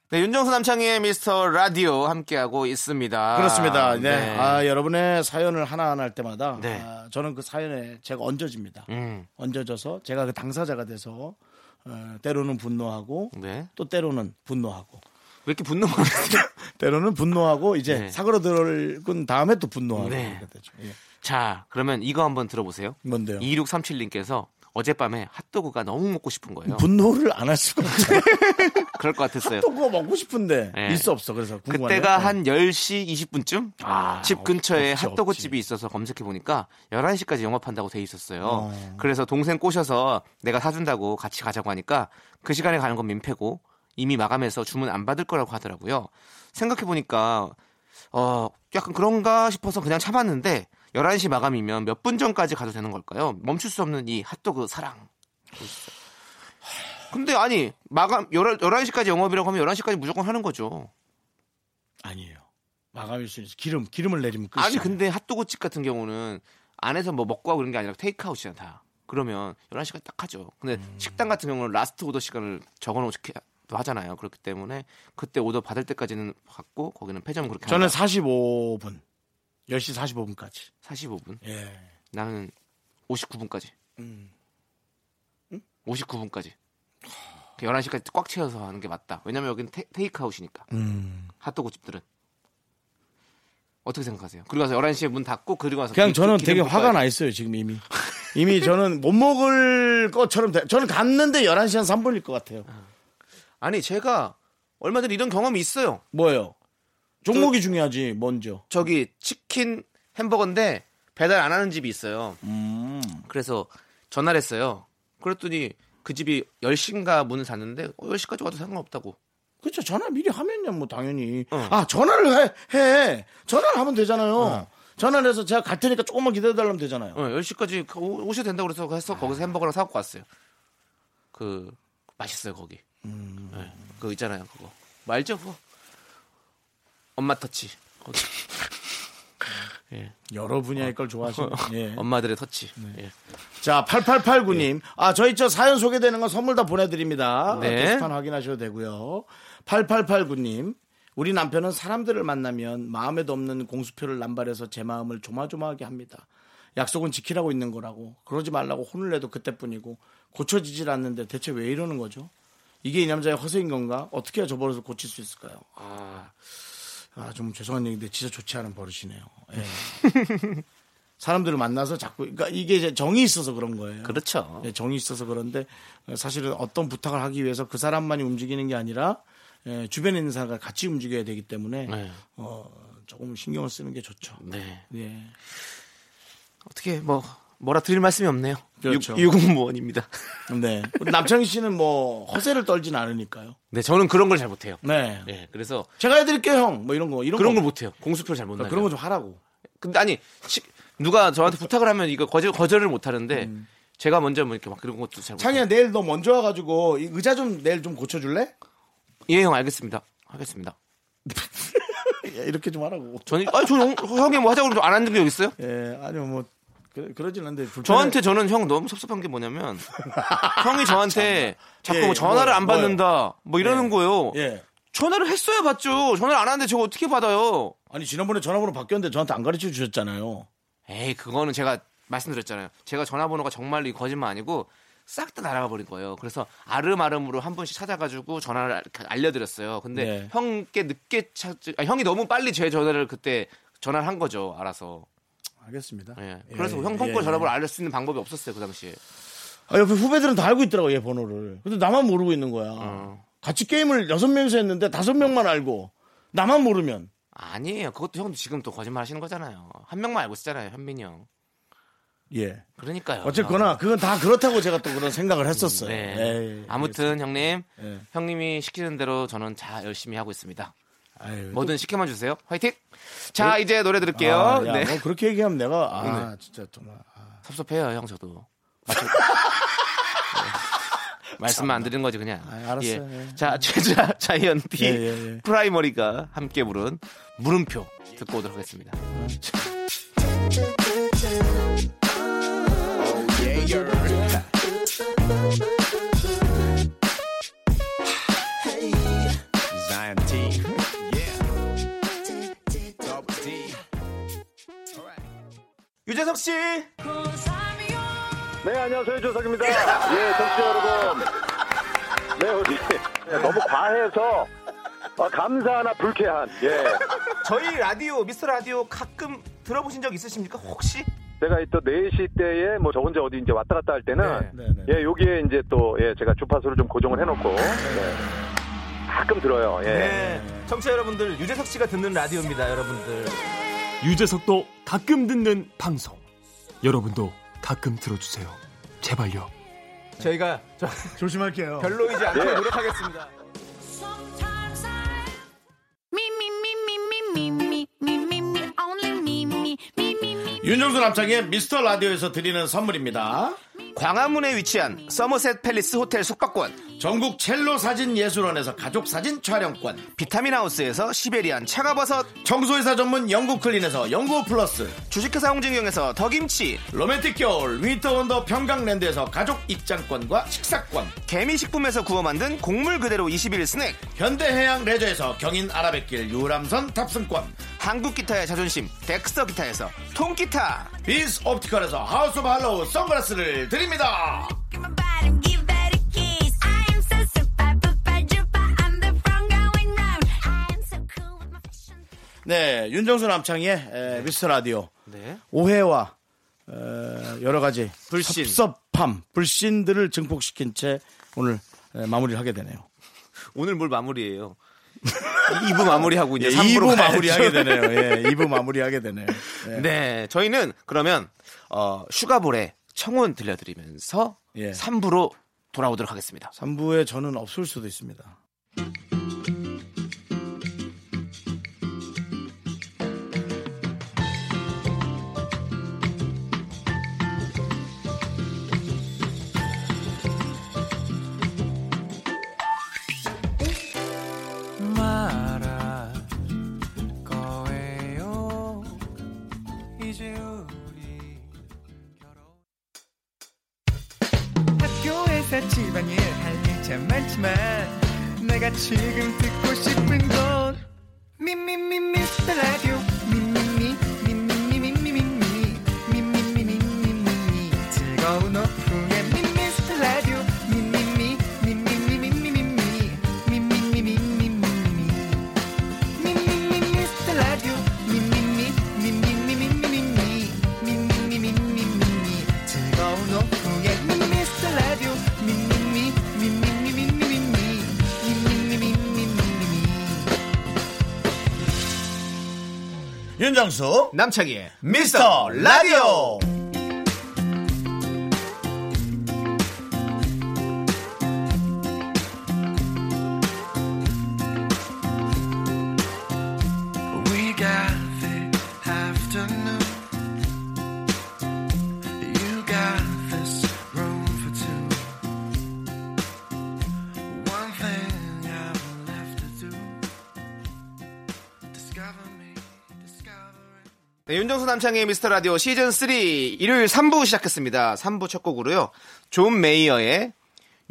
B: 네, 윤정수 남창희의 미스터 라디오 함께하고 있습니다.
A: 그렇습니다. 네. 아, 여러분의 사연을 하나하나 할 때마다
B: 네.
A: 아, 저는 그 사연에 제가 얹어집니다.
B: 음,
A: 얹어져서 제가 그 당사자가 돼서 어, 때로는 분노하고
B: 네.
A: 또 때로는 분노하고
B: 왜 이렇게 분노 많으세
A: 때로는 분노하고 이제
B: 네.
A: 사그러들은 다음에 또 분노하고
B: 네.
A: 이렇게 되죠. 예.
B: 자, 그러면 이거 한번 들어보세요.
A: 뭔데요?
B: 2637님께서 어젯밤에 핫도그가 너무 먹고 싶은 거예요.
A: 분노를 안 할 수가 없죠.
B: 그럴 것 같았어요.
A: 또 그거 먹고 싶은데
B: 네.
A: 있어 없어 그래서 궁금하네요.
B: 그때가
A: 네.
B: 한 10시 20분쯤
A: 아,
B: 집 근처에
A: 없지,
B: 핫도그
A: 없지.
B: 집이 있어서 검색해 보니까 11시까지 영업한다고 돼 있었어요. 그래서 동생 꼬셔서 내가 사준다고 같이 가자고 하니까 그 시간에 가는 건 민폐고 이미 마감해서 주문 안 받을 거라고 하더라고요. 생각해 보니까 어 약간 그런가 싶어서 그냥 참았는데 11시 마감이면 몇 분 전까지 가도 되는 걸까요? 멈출 수 없는 이 핫도그 사랑. 보시죠. 근데 아니 마감 11, 11시까지 영업이라고 하면 11시까지 무조건 하는 거죠.
A: 아니에요. 마감일 수 있어. 기름 기름을 내리면 끝이
B: 아니 근데 핫도그집 같은 경우는 안에서 뭐 먹고 하고 그런 게 아니라 테이크아웃이잖아 다. 그러면 11시까지 딱 하죠. 근데
A: 음.
B: 식당 같은 경우는 라스트 오더 시간을 적어놓기도 하잖아요. 그렇기 때문에 그때 오더 받을 때까지는 받고 거기는 폐점 그렇게
A: 저는
B: 한다.
A: 45분 10시 45분까지.
B: 45분.
A: 예.
B: 나는 59분까지.
A: 음.
B: 59분까지. 11시까지 꽉 채워서 하는 게 맞다. 왜냐면 여기는 테, 이크아웃이니까
A: 음.
B: 핫도그 집들은. 어떻게 생각하세요? 그리고 가서 11시에 문 닫고 그리고 가서
A: 그냥
B: 기-
A: 저는
B: 기름
A: 되게
B: 붓고
A: 화가
B: 와야지.
A: 나 있어요, 지금 이미. 이미 저는 못 먹을 것처럼 돼. 저는 갔는데 11시 한 3분일 것 같아요.
B: 아니 제가 얼마 전에 이런 경험이 있어요.
A: 뭐예요? 종목이 중요하지, 먼저.
B: 저기 치킨 햄버거인데 배달 안 하는 집이 있어요. 그래서 전화를 했어요. 그랬더니 그 집이 10시인가 문을 닫는데 어, 10시까지 와도 상관없다고.
A: 그렇죠. 전화 미리 하면요, 뭐 당연히.
B: 어.
A: 아, 전화를 해. 해. 전화를 하면 되잖아요. 전화를 해서 제가 갈 테니까 조금만 기다려 달라면 되잖아요.
B: 어, 10시까지 오셔도 된다고 그래서 해서 거기서 햄버거랑 사갖고 왔어요. 그 맛있어요 거기. 네, 그거 있잖아요 그거. 뭐 알죠? 그거? 엄마 터치. 거기. 예.
A: 여러 분야의 걸 좋아하시는. 예.
B: 엄마들의 터치. 예.
A: 자, 8889님. 아, 저희 저 사연 소개되는 건 선물 다 보내드립니다. 아,
B: 네.
A: 게시판 확인하셔도 되고요. 8889님. 우리 남편은 사람들을 만나면 마음에도 없는 공수표를 남발해서 제 마음을 조마조마하게 합니다. 약속은 지키라고 있는 거라고 그러지 말라고 혼을 내도 그때뿐이고 고쳐지질 않는데 대체 왜 이러는 거죠? 이게 이 남자의 허세인 건가? 어떻게 해야 저 버릇을 고칠 수 있을까요?
B: 아,
A: 아, 좀 죄송한 얘기인데 진짜 좋지 않은 버릇이네요. 예. 사람들을 만나서 자꾸 그러니까 이게 이제 정이 있어서 그런 거예요.
B: 그렇죠.
A: 예, 정이 있어서 그런데 어, 사실은 어떤 부탁을 하기 위해서 그 사람만이 움직이는 게 아니라 예, 주변에 있는 사람과 같이 움직여야 되기 때문에
B: 네.
A: 어, 조금 신경을 쓰는 게 좋죠.
B: 네.
A: 예.
B: 어떻게 뭐 뭐라 드릴 말씀이 없네요.
A: 그렇죠.
B: 유공무원입니다.
A: 네. 우리 남창희 씨는 뭐 허세를 떨진 않으니까요.
B: 네, 저는 그런 걸 잘 못해요.
A: 네.
B: 네, 그래서
A: 제가 해드릴게요, 형. 뭐 이런 거 이런
B: 그런 뭐-
A: 거.
B: 걸 못해요. 공수표를 잘못 나.
A: 아, 그런 거 좀 하라고.
B: 근데 아니 시- 누가 저한테 부탁을 하면 이거 거절 거절을 못 하는데 제가 먼저 뭐 이렇게 막 그런 것도 잘 못해요.
A: 음. 창희야 내일 너 먼저 와가지고 이 의자 좀 내일 좀 고쳐줄래?
B: 예, 형 알겠습니다. 하겠습니다.
A: 예, 이렇게 좀 하라고.
B: 저는 아니 저는 형- 형이 뭐 하자고 그러면 안 하는 게 여기 있어요?
A: 예, 아니요 뭐 그, 그러진 않는데 불편해.
B: 저한테 저는 형 너무 섭섭한 게 뭐냐면 형이 저한테 자꾸
A: 예,
B: 뭐 전화를 안
A: 뭐요?
B: 받는다 뭐 이러는
A: 예.
B: 거예요.
A: 예.
B: 전화를 했어야 받죠. 전화를 안 하는데 저거 어떻게 받아요?
A: 아니 지난번에 전화번호 바뀌었는데 저한테 안 가르쳐 주셨잖아요.
B: 에이 그거는 제가 말씀드렸잖아요. 제가 전화번호가 정말로 이 거짓말 아니고 싹 다 날아가 버린 거예요. 그래서 아름아름으로 한 분씩 찾아가지고 전화를 알- 알려드렸어요. 근데
A: 네.
B: 형께 늦게 찾, 아, 형이 너무 빨리 제 전화를 그때 전화를 한 거죠. 알아서.
A: 알겠습니다.
B: 예.
A: 예,
B: 그래서 형
A: 예,
B: 폰거
A: 예.
B: 전화번호 알릴 수 있는 방법이 없었어요. 그 당시에.
A: 아, 옆에 후배들은 다 알고 있더라고 얘 번호를. 근데 나만 모르고 있는 거야.
B: 어.
A: 같이 게임을 여섯 명이서 했는데 다섯 명만 알고 나만 모르면
B: 아니에요. 그것도 형도 지금 또 거짓말 하시는 거잖아요. 한 명만 알고 있잖아요. 현민이 형.
A: 예.
B: 그러니까요.
A: 어쨌거나 그건 예, 다 그렇다고 제가 또 그런 생각을 했었어요.
B: 아. 네.
A: 에이,
B: 아무튼 형님,
A: 예.
B: 형님이 시키는 대로 저는 다 열심히 하고 있습니다.
A: 아유, 또-
B: 뭐든 시켜만 주세요. 화이팅! 자, 이제 노래 들을게요.
A: 아, 야,
B: 네.
A: 뭐 그렇게 얘기하면 내가 아 진짜 정말 아,
B: 섭섭해요, 형, 저도. 맞죠? 네. 말씀만 안 드리는 거지, 그냥.
A: 아, 알았어요. 예.
B: 자, 최자 자이언티
A: 예, 예, 예.
B: 프라이머리가 함께 부른 물음표 듣고 오도록 하겠습니다.
E: Zion 그
H: 네, 안녕하세요. 조석입니다. 예, 정치 여러분. 네, 우리 너무 과해서 아, 감사하나 불쾌한. 예.
B: 저희 라디오 미스터 라디오 가끔 들어보신 적 있으십니까 혹시?
H: 제가 이또 4시 때에 뭐 저 혼자 어디 이제 왔다 갔다 할 때는
A: 네, 네, 네.
H: 예, 여기에 이제 또 예, 제가 주파수를 좀 고정을 해 놓고 예. 가끔 들어요. 예.
B: 네. 청취자 여러분들 유재석 씨가 듣는 라디오입니다, 여러분들.
I: 유재석도 가끔 듣는 방송. 여러분도 가끔 들어주세요. 제발요.
B: 저희가 저-
A: 조심할게요.
B: 별로이지 않게
A: 예.
B: 노력하겠습니다.
A: 윤정수 남창의 미스터 라디오에서 드리는 선물입니다.
B: 광화문에 위치한 서머셋 팰리스 호텔 숙박권,
A: 전국 첼로 사진 예술원에서 가족 사진 촬영권,
B: 비타민 하우스에서 시베리안 차가버섯,
A: 청소회사 전문 영국 클린에서 영국 플러스,
B: 주식회사 홍진경에서 더김치,
A: 로맨틱 겨울 위터 원더 평강랜드에서 가족 입장권과 식사권,
B: 개미식품에서 구워 만든 곡물 그대로 21 스낵,
A: 현대해양 레저에서 경인 아라뱃길 유람선 탑승권,
B: 한국 기타의 자존심 덱스터 기타에서 통기타,
A: 비스 옵티컬에서 하우스 오브 할로우 선글라스를 드립니다. 네, 윤정수 남창의 에, 미스터 라디오
B: 네.
A: 오해와 어, 여러 가지
B: 불신.
A: 섭섭함, 불신들을 증폭시킨 채 오늘 에, 마무리를 하게 되네요.
B: 오늘 뭘 마무리해요? 2부 마무리하고 이제
A: 예,
B: 3부로
A: 2부 마무리하게 되네요. 예, 2부 마무리하게 되네요. 예.
B: 네, 저희는 그러면 어, 슈가볼의 청혼 들려드리면서
A: 예.
B: 3부로 돌아오도록 하겠습니다.
A: 3부에 저는 없을 수도 있습니다.
E: 말할 거예요. 이제 우리
J: 학교에서 집안일 할 일 참 많지만 내가 지금 듣고 싶은 건 미미미 미스터 라디오 미미미 미미미 미미미 미미미 미미미 즐거운 오후에 미스터 라디오 미미미 미미미 미미미 미미미 미미미 미미미 미스터 라디오 미미미 미미미 미미미 미미미 미미미 즐거운 오후에 미스터 라디오 미미미 미미미 미미미 미미미 미미미
A: 윤정수 남창희의 미스터 라디오
J: We got the afternoon. You got this room for two. One thing I'm left to do. Discover me, discover it.
B: 네, 윤정수 남창의 미스터 라디오 시즌 3 일요일 3부 시작했습니다. 3부 첫 곡으로요. 존 메이어의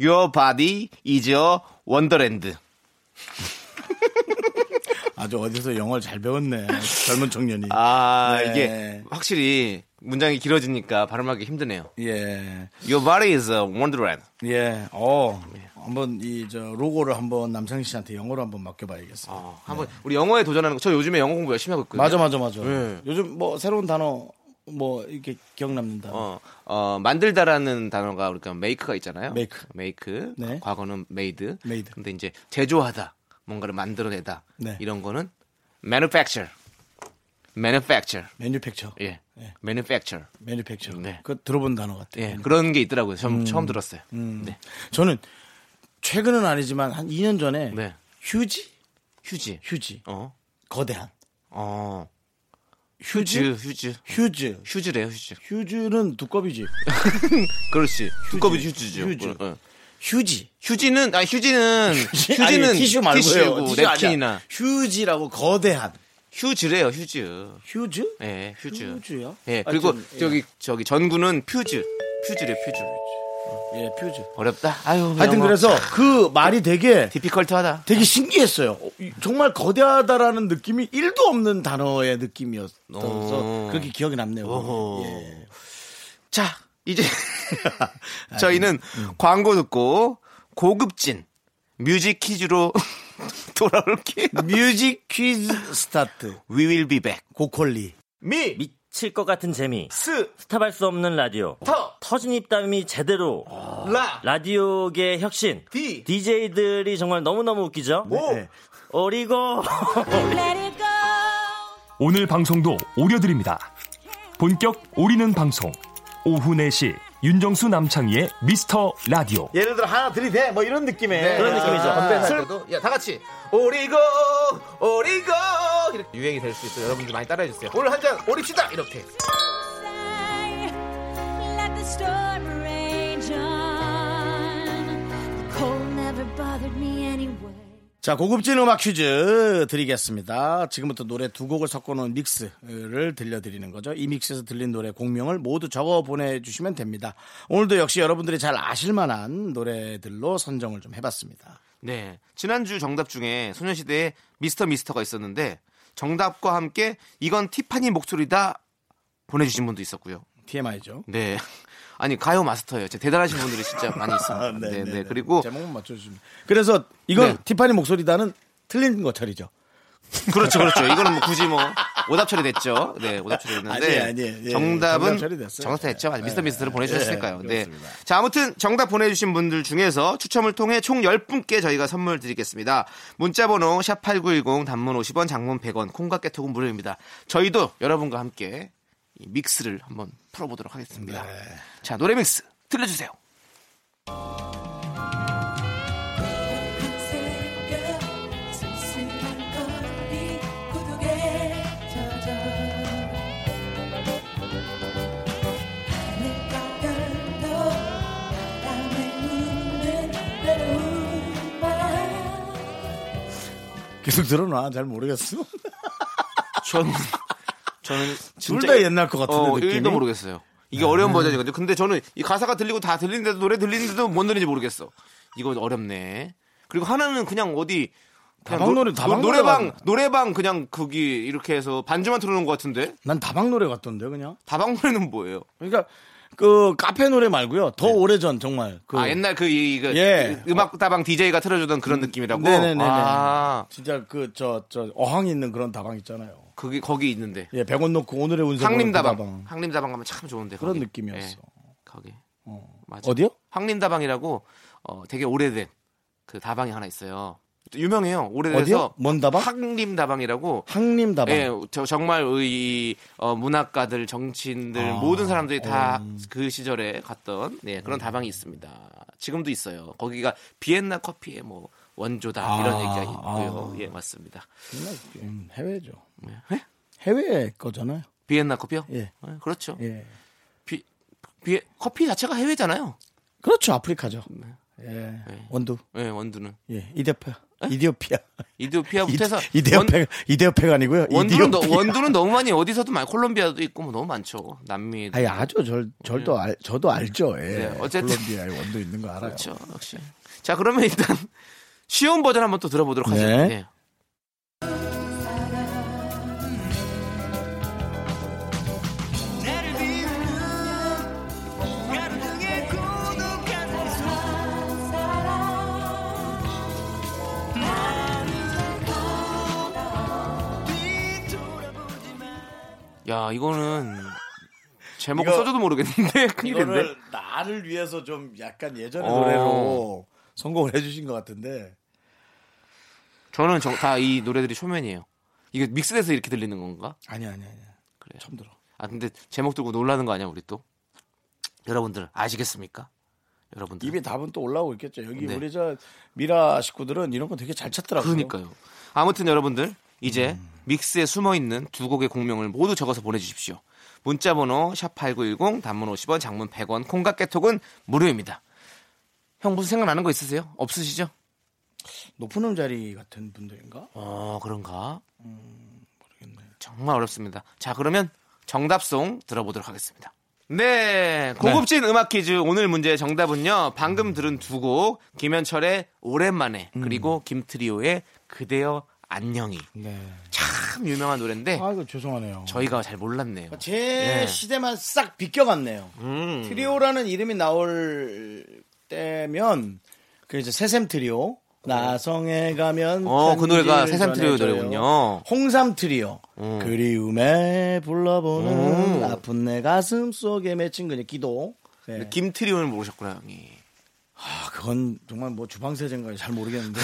B: Your Body is a Wonderland.
A: 아주 어디서 영어를 잘 배웠네. 젊은 청년이.
B: 아,
A: 네.
B: 이게 확실히 문장이 길어지니까 발음하기 힘드네요.
A: 예.
B: Your Body is a Wonderland.
A: 예. 어. 한번 이 저 로고를 한번 남창희 씨한테 영어로 한번 맡겨 봐야겠어.
B: 어, 한번 우리 영어에 도전하는 거. 저 요즘에 영어 공부 열심히 하고 있거든요.
A: 네. 맞아 맞아 맞아.
B: 네.
A: 요즘 뭐 새로운 단어 뭐 이렇게 기억 남는 단어.
B: 어, 어, 만들다라는 단어가 우리가 메이크가 있잖아요.
A: Make.
B: 메이크.
A: 네.
B: 과거는 made.
A: Made.
B: 근데 이제 제조하다, 뭔가를 만들어내다.
A: 네.
B: 이런 거는 manufacture. manufacture.
A: 매뉴팩처.
B: 예.
A: 예.
B: manufacture.
A: 매뉴팩처.
B: 네.
A: 그 들어본 단어 같아.
B: 예. 그런 게 있더라고요. 처음, 처음 들었어요. 네.
A: 저는 최근은 아니지만 한 2년 전에
B: 네.
A: 휴지?
B: 휴지.
A: 휴지.
B: 어.
A: 거대한.
B: 어. 휴즈, 휴즈.
A: 휴즈.
B: 휴즈래요, 휴즈.
A: 휴즈는 두꺼비지.
B: 그렇지. 두꺼비 휴즈죠.
A: 휴즈.
B: 어, 어.
A: 휴지.
B: 휴지는, 아, 휴지는, 휴지는
A: 아니, 티슈 말고요.
B: 티슈고,
A: 티슈 아니야.
B: 냅킨이나.
A: 휴지라고 거대한.
B: 휴즈래요, 휴즈.
A: 휴즈?
B: 예, 휴즈.
A: 휴즈요?
B: 예,
A: 아,
B: 그리고
A: 좀, 예.
B: 저기 저기 전구는 퓨즈. 퓨즈래 퓨즈.
A: 예, 퓨즈.
B: 어렵다. 아유.
A: 하여튼 그래서 그 말이 되게
B: 디피컬트하다.
A: 되게 신기했어요. 어, 이- 정말 거대하다라는 느낌이 1도 없는 단어의 느낌이었어서
B: 오.
A: 그렇게 기억이 남네요. 예.
B: 자, 이제 저희는
A: 음,
B: 광고 듣고 고급진 뮤직 퀴즈로 돌아올게요.
A: 뮤직 퀴즈 스타트.
B: We will be back.
A: 고콜리.
K: 미 미칠 것 같은 재미
B: 스
K: 스탑할 수 없는 라디오
B: 터
K: 터진 입담이 제대로
B: 라
K: 라디오계 혁신
B: 디
K: DJ들이 정말 너무너무 웃기죠
A: 뭐,
I: 네.
K: 어리고
I: 오늘 방송도 오려드립니다. 본격 오리는 방송 오후 4시 윤정수 남창희의 미스터 라디오
A: 예를 들어 하나 들이대 뭐 이런 느낌의
B: 네,
I: 그런 느낌이죠. 건배할
B: 야, 다 같이 오리고 오리고 이렇게 유행이 될 수 있어요. 여러분들 많이 따라해 주세요. 오늘 한 잔 오립시다. 이렇게.
G: Let the storm rage on. The cold never bothered me anyway.
A: 자, 고급진 음악 퀴즈 드리겠습니다. 지금부터 노래 두 곡을 섞어놓은 믹스를 들려드리는 거죠. 이 믹스에서 들린 노래 공명을 모두 적어 보내주시면 됩니다. 오늘도 역시 여러분들이 잘 아실만한 노래들로 선정을 좀 해봤습니다.
B: 네. 지난주 정답 중에 소녀시대의 미스터 미스터가 있었는데 정답과 함께 이건 티파니 목소리다 보내주신 분도 있었고요.
A: TMI죠.
B: 네. 아니 가요 마스터예요. 진짜 대단하신 분들이 진짜 많이 있습니다.
A: 네,
B: 네,
A: 네,
B: 네,
A: 네.
B: 그리고 네.
A: 제목만 맞춰주시면. 그래서 이건 티파니 목소리다는 틀린 거 처리죠.
B: 그렇죠, 그렇죠. 이거는 뭐 굳이 뭐 오답 처리됐죠. 네, 오답 처리됐는데
A: 아니에요, 아니에요. 예,
B: 정답은
A: 정답 처리됐어요.
B: 정답됐죠. 맞아, 미스터 미스터를 보내주셨으니까요.
A: 예,
B: 네. 자, 아무튼 정답 보내주신 분들 중에서 추첨을 통해 총 10분께 저희가 선물 드리겠습니다. 문자번호 샵8910 단문 50원, 장문 100원, 콩과 깨톡은 무료입니다. 저희도 여러분과 함께 이 믹스를 한번 풀어보도록
A: 네.
B: 하겠습니다. 자, 노래 믹스 들려주세요.
A: 계속 들어놔. 잘 모르겠어.
B: 저는 저는
A: 둘
B: 진짜
A: 다 옛날 것 같은데
B: 어,
A: 느낌이. 네.
B: 일도 모르겠어요. 이게 어려운 버전이거든요. 근데 저는 이 가사가 들리고 다 들리는데도 노래 들리는데도 뭔 노래인지 모르겠어. 이거 어렵네. 그리고 하나는 그냥 어디 그냥
A: 다방
B: 노-
A: 노래, 다방
B: 노- 노래방
A: 노래방.
B: 노래방 그냥 거기 이렇게 해서 반주만 틀어놓은 것 같은데
A: 난 다방 노래 같던데 그냥.
B: 다방 노래는 뭐예요?
A: 그러니까 그 카페 노래 말고요. 더 오래전 정말. 그
B: 네. 아 옛날 그, 이, 그
A: 예. 음,
B: 이- 음악 다방 DJ가 틀어주던 그런 느낌이라고.
A: 네네네네.
B: 아
A: 진짜 그 저 저 어항 있는 그런 다방 있잖아요.
B: 그게 거기 있는데
A: 예, 100원 넣고 오늘의 운세 그
B: 항림다방 항림다방 가면 참 좋은데
A: 뭐 그런
B: 거기.
A: 느낌이었어.
B: 예, 거기 맞아.
A: 어디요?
B: 황림다방이라고 어, 되게 오래된 그 다방이 하나 있어요. 유명해요.
A: 어디요?
B: 오래돼서
A: 뭔 다방?
B: 황림다방이라고
A: 항림 다방.
B: 예, 저- 정말 이 어, 문학가들, 정치인들
A: 아, 어.
B: 모든 사람들이 다 그 시절에 갔던 예, 그런
A: 네.
B: 다방이 있습니다. 지금도 있어요. 거기가 비엔나 커피의 뭐 원조다 이런
A: 아,
B: 얘기가 있고요. 예, 맞습니다.
A: 정말 음, 해외죠.
B: 예?
A: 해외 거잖아요.
B: 비엔나 커피요?
A: 예.
B: 그렇죠.
A: 예.
B: 비, 비 커피 자체가 해외잖아요. 네,
A: 그렇죠. 아프리카죠. 예. 원두.
B: 예, 원두는
A: 예. 이데피아. 이디오피아.
B: 이디오피아부터 해서 원-
A: 이데오페 이데오페가 아니고요.
B: 원두는, 너,
A: 이디오피아.
B: 원두는 너무 많이 어디서도 많이 콜롬비아도 있고 뭐 너무 많죠. 남미.
A: 아니 아죠. 절 절도 알 저도 알죠. 예.
B: 네, 어쨌든.
A: 콜롬비아에 원두 있는 거 알아요.
B: 그렇죠. 역시. 자, 그러면 일단 쉬운 버전 한번 또 들어보도록 하죠.
A: 네.
B: 예. 야, 이거는 제목
A: 이거-
B: 써줘도 모르겠는데 큰일인데.
A: 이거를 나를 위해서 좀 약간 예전의
B: 어.
A: 노래로 선곡을 해주신 것 같은데
B: 저는 다 이 노래들이 초면이에요. 이게 믹스돼서 이렇게 들리는 건가?
A: 아니 아니 아니
B: 그래요.
A: 처음 들어
B: 아 근데 제목 들고 놀라는 거 아니야 우리 또? 여러분들 아시겠습니까? 여러분들.
A: 이미 답은 또 올라오고 있겠죠 여기
B: 네.
A: 우리 저 미라 식구들은 이런 거 되게 잘 찾더라고요
B: 그러니까요. 아무튼 여러분들 이제 믹스에 숨어 있는 두 곡의 공명을 모두 적어서 보내주십시오. 문자번호 샵 #8910 단문 50원, 장문 100원, 콩과 깨톡은 무료입니다. 형 무슨 생각나는 거 있으세요? 없으시죠?
A: 높은 음자리 같은 분들인가
B: 어 그런가?
A: 음,
B: 정말 어렵습니다. 자 그러면 정답송 들어보도록 하겠습니다. 네, 고급진 음악 퀴즈 오늘 문제의 정답은요. 방금 들은 두 곡 김현철의 오랜만에
A: 음.
B: 그리고 김트리오의 그대여 안녕이
A: 네.
B: 참 유명한 노래인데
A: 아이고 죄송하네요.
B: 저희가 잘 몰랐네요.
A: 제
B: 예.
A: 시대만 싹 비껴갔네요.
B: 음.
A: 트리오라는 이름이 나올 때면 그 이제 새샘 트리오 나성에 가면
B: 어, 그 노래가
A: 편지를
B: 새삼 트리오
A: 전해줘요.
B: 노래군요. 음.
A: 홍삼 트리오 그리움에 불러보는 아픈 내 가슴 속에 맺힌 그녀 기도 네.
B: 근데 김트리오는 모르셨구나 형이.
A: 아, 그건 정말 뭐 주방세제인가 잘 모르겠는데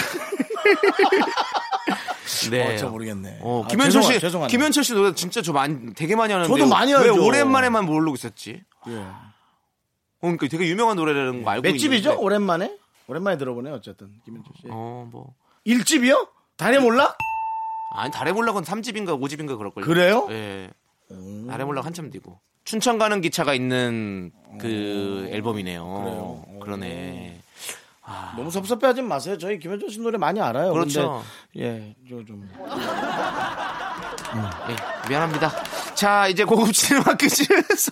A: 어, 잘 모르겠네
B: 어,
A: 아,
B: 김현철 씨,
A: 죄송하- 죄송하네요.
B: 김현철 씨 노래 진짜 저 많이 되게 많이 하는데
A: 저도 많이
B: 왜
A: 알죠.
B: 오랜만에만 모르고 있었지?
A: 예.
B: 어, 그러니까 되게 유명한 노래라는 거 알고
A: 네. 맷집이죠
B: 있는데.
A: 오랜만에 오랜만에 들어보네 요 어쨌든 김현철 씨
B: 어, 뭐.
A: 일집이요? 다리 몰라?
B: 아니 달에 몰락은 3집인가 5집인가 그럴 걸요.
A: 그래요? 음.
B: 예. 달에 몰락 한참 뒤고. 춘천 가는 기차가 있는 그
A: 어.
B: 앨범이네요. 그러네
A: 너무 섭섭해하지 마세요. 저희 김현철 씨 노래 많이 알아요.
B: 그렇죠.
A: 근데, 예, 저 좀. 어.
B: 예, 미안합니다. 자, 이제 고급진 음악 퀴즈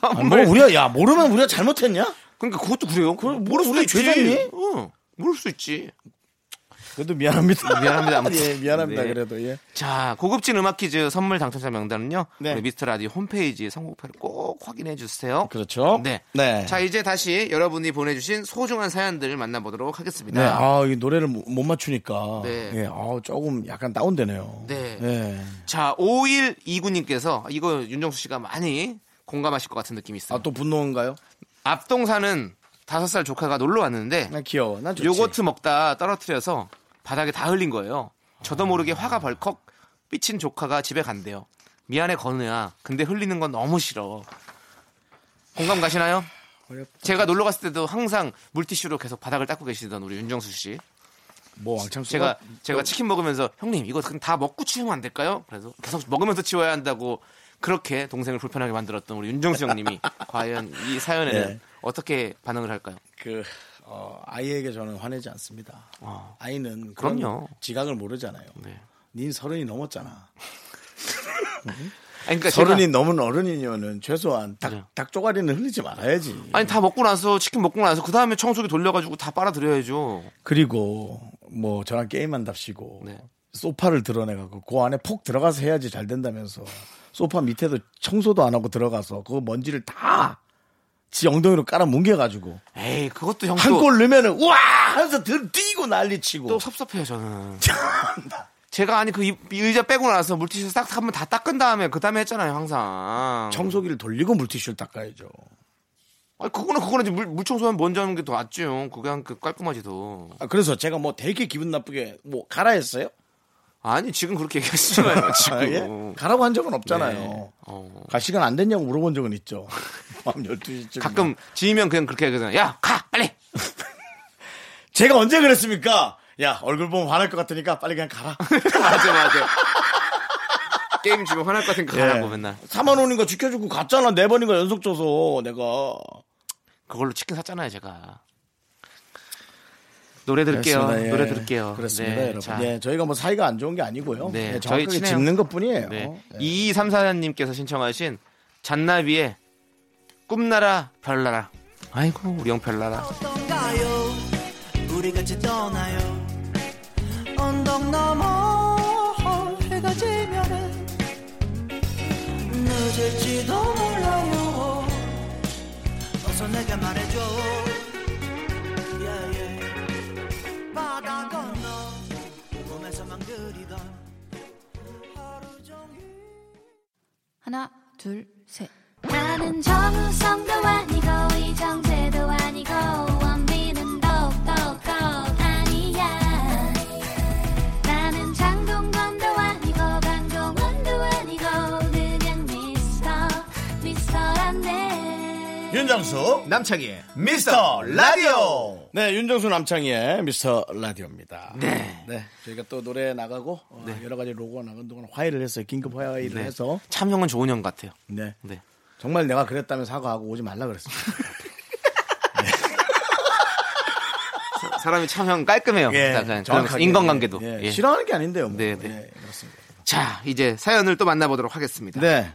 A: 아,
B: 선물.
A: 뭐 우리가 야 모르면 우리가 잘못했냐?
B: 그러니까 그것도 그래요.
A: 모를 수 있지. 어.
B: 응. 모를 수 있지.
A: 그래도 미안합니다.
B: 미안합니다. 아무튼.
A: 예, 미안합니다.
B: 네.
A: 그래도 예.
B: 자, 고급진 음악 퀴즈 선물 당첨자 명단은요.
A: 네.
B: 우리 미스터 라디오 홈페이지 선곡표를 꼭 확인해 주세요.
A: 그렇죠.
B: 네.
A: 네.
B: 자, 이제 다시 여러분이 보내주신 소중한 사연들을 만나보도록 하겠습니다.
A: 네. 아, 이 노래를 못- 못 맞추니까.
B: 네.
A: 예. 아, 조금 약간 다운되네요.
B: 네.
A: 예.
B: 자, 5129님께서 이거 윤정수 씨가 많이 공감하실 것 같은 느낌이 있어요.
A: 아, 또 분노인가요?
B: 앞동 사는 다섯 살 조카가 놀러 왔는데
A: 난 귀여워. 난 좋지.
B: 요거트 먹다 떨어뜨려서 바닥에 다 흘린 거예요. 저도 모르게 화가 벌컥 삐친 조카가 집에 간대요. 미안해 건우야. 근데 흘리는 건 너무 싫어. 공감 가시나요?
A: 어렵다.
B: 제가 놀러 갔을 때도 항상 물티슈로 계속 바닥을 닦고 계시던 우리 윤정수 씨.
A: 뭐 왕창수가
B: 제가 제가 치킨 먹으면서 형님 이거 그냥 다 먹고 치우면 안 될까요? 그래서 계속 먹으면서 치워야 한다고 그렇게 동생을 불편하게 만들었던 우리 윤정수 형님이 과연 이 사연에는
A: 네.
B: 어떻게 반응을 할까요?
A: 그 어, 아이에게 저는 화내지 않습니다.
B: 어.
A: 아이는 그런
B: 그럼요.
A: 지각을 모르잖아요.
B: 네.
A: 닌 서른이 넘었잖아.
B: 아니, 그러니까
A: 서른이
B: 제가- 네.
A: 넘은 어른이면은 최소한 닭,
B: 그래요.
A: 닭 쪼가리는 흘리지 말아야지.
B: 아니 다 먹고 나서 치킨 먹고 나서 그 다음에 청소기 돌려가지고 다 빨아들여야죠.
A: 그리고 뭐 저랑 게임한답시고
B: 네.
A: 소파를 드러내갖고 그 안에 폭 들어가서 해야지 잘 된다면서 소파 밑에도 청소도 안 하고 들어가서 그 먼지를 다 지 엉덩이로 깔아 뭉개가지고
B: 에이 그것도 형도
A: 한 골 넣으면은 우와 하면서 들 뛰고 난리치고
B: 또 섭섭해요 저는. 제가 아니 그 이- 이 의자 빼고 나서 물티슈 싹 한번 다 닦은 다음에 그 다음에 했잖아요 항상.
A: 청소기를 돌리고 물티슈를 닦아야죠.
B: 아니 그거는 그거는 물, 물 청소하면 먼저 하는 게 더 낫죠. 그게 한 그 깔끔하지 더.
A: 아, 그래서 제가 뭐 되게 기분 나쁘게 뭐 가라 했어요?
B: 아니 지금 그렇게 얘기하시잖아요 지금.
A: 아, 예? 가라고 한 적은 없잖아요.
B: 네. 어.
A: 갈 시간 안 됐냐고 물어본 적은 있죠. 밤 12시쯤.
B: 가끔 지면 그냥 그렇게 하거든요. 야 가 빨리.
A: 제가 언제 그랬습니까? 야, 얼굴 보면 화날 것 같으니까 빨리 그냥 가라.
B: 맞아 맞아. 게임 지금 화날 거 생각하라고
A: 예.
B: 맨날.
A: 4만 원인가 지켜주고 갔잖아. 네 번인가 연속 줘서 내가.
B: 그걸로 치킨 샀잖아요, 제가. 노래 들을게요.
A: 그렇습니다. 예.
B: 노래 들을게요.
A: 그렇습니다,
B: 네,
A: 여러분.
B: 자.
A: 예, 저희가 뭐 사이가 안 좋은 게 아니고요.
B: 네,
A: 예,
B: 저희
A: 정확하게
B: 친해요.
A: 짚는 것 뿐이에요. 예.
B: 네. 2234님께서 신청하신 잔나비의 꿈나라 별나라. 아이고, 우리 형 별나라.
L: 가요 우리 같이 떠나요 언덕 넘어 해가 지면은 늦을지도 몰라요 어서 내게 말해줘 yeah, yeah. 바다 건너 몸에서만 그리던 하루 종일
M: 하나, 둘, 셋.
G: 나는 정우성도 아니고 이정재도 아니고 원빈은 더욱더 아니야 나는 장동건도 아니고 강동원도 아니고 그냥 미스터 미스터란데
A: 윤정수 남창희의 미스터 라디오. 네, 윤정수 남창희의 미스터 라디오입니다. 네. 저희가 또 노래 나가고 어, 여러 가지 로고가 나간 동안 화해를 했어요. 긴급 화해를
B: 네.
A: 해서.
B: 참 형은 좋은 형 같아요.
A: 네.
B: 네.
A: 정말 내가 그랬다면 사과하고 오지 말라 그랬습니다.
B: 사- 사람이 참 형 깔끔해요. 약간 예, 그런
A: 예, 정확하게.
B: 인간관계도.
A: 예,
B: 예.
A: 싫어하는 게 아닌데요. 뭐.
B: 네, 네.
A: 예, 그렇습니다.
B: 자, 네. 이제 사연을 또 만나보도록 하겠습니다.
A: 네.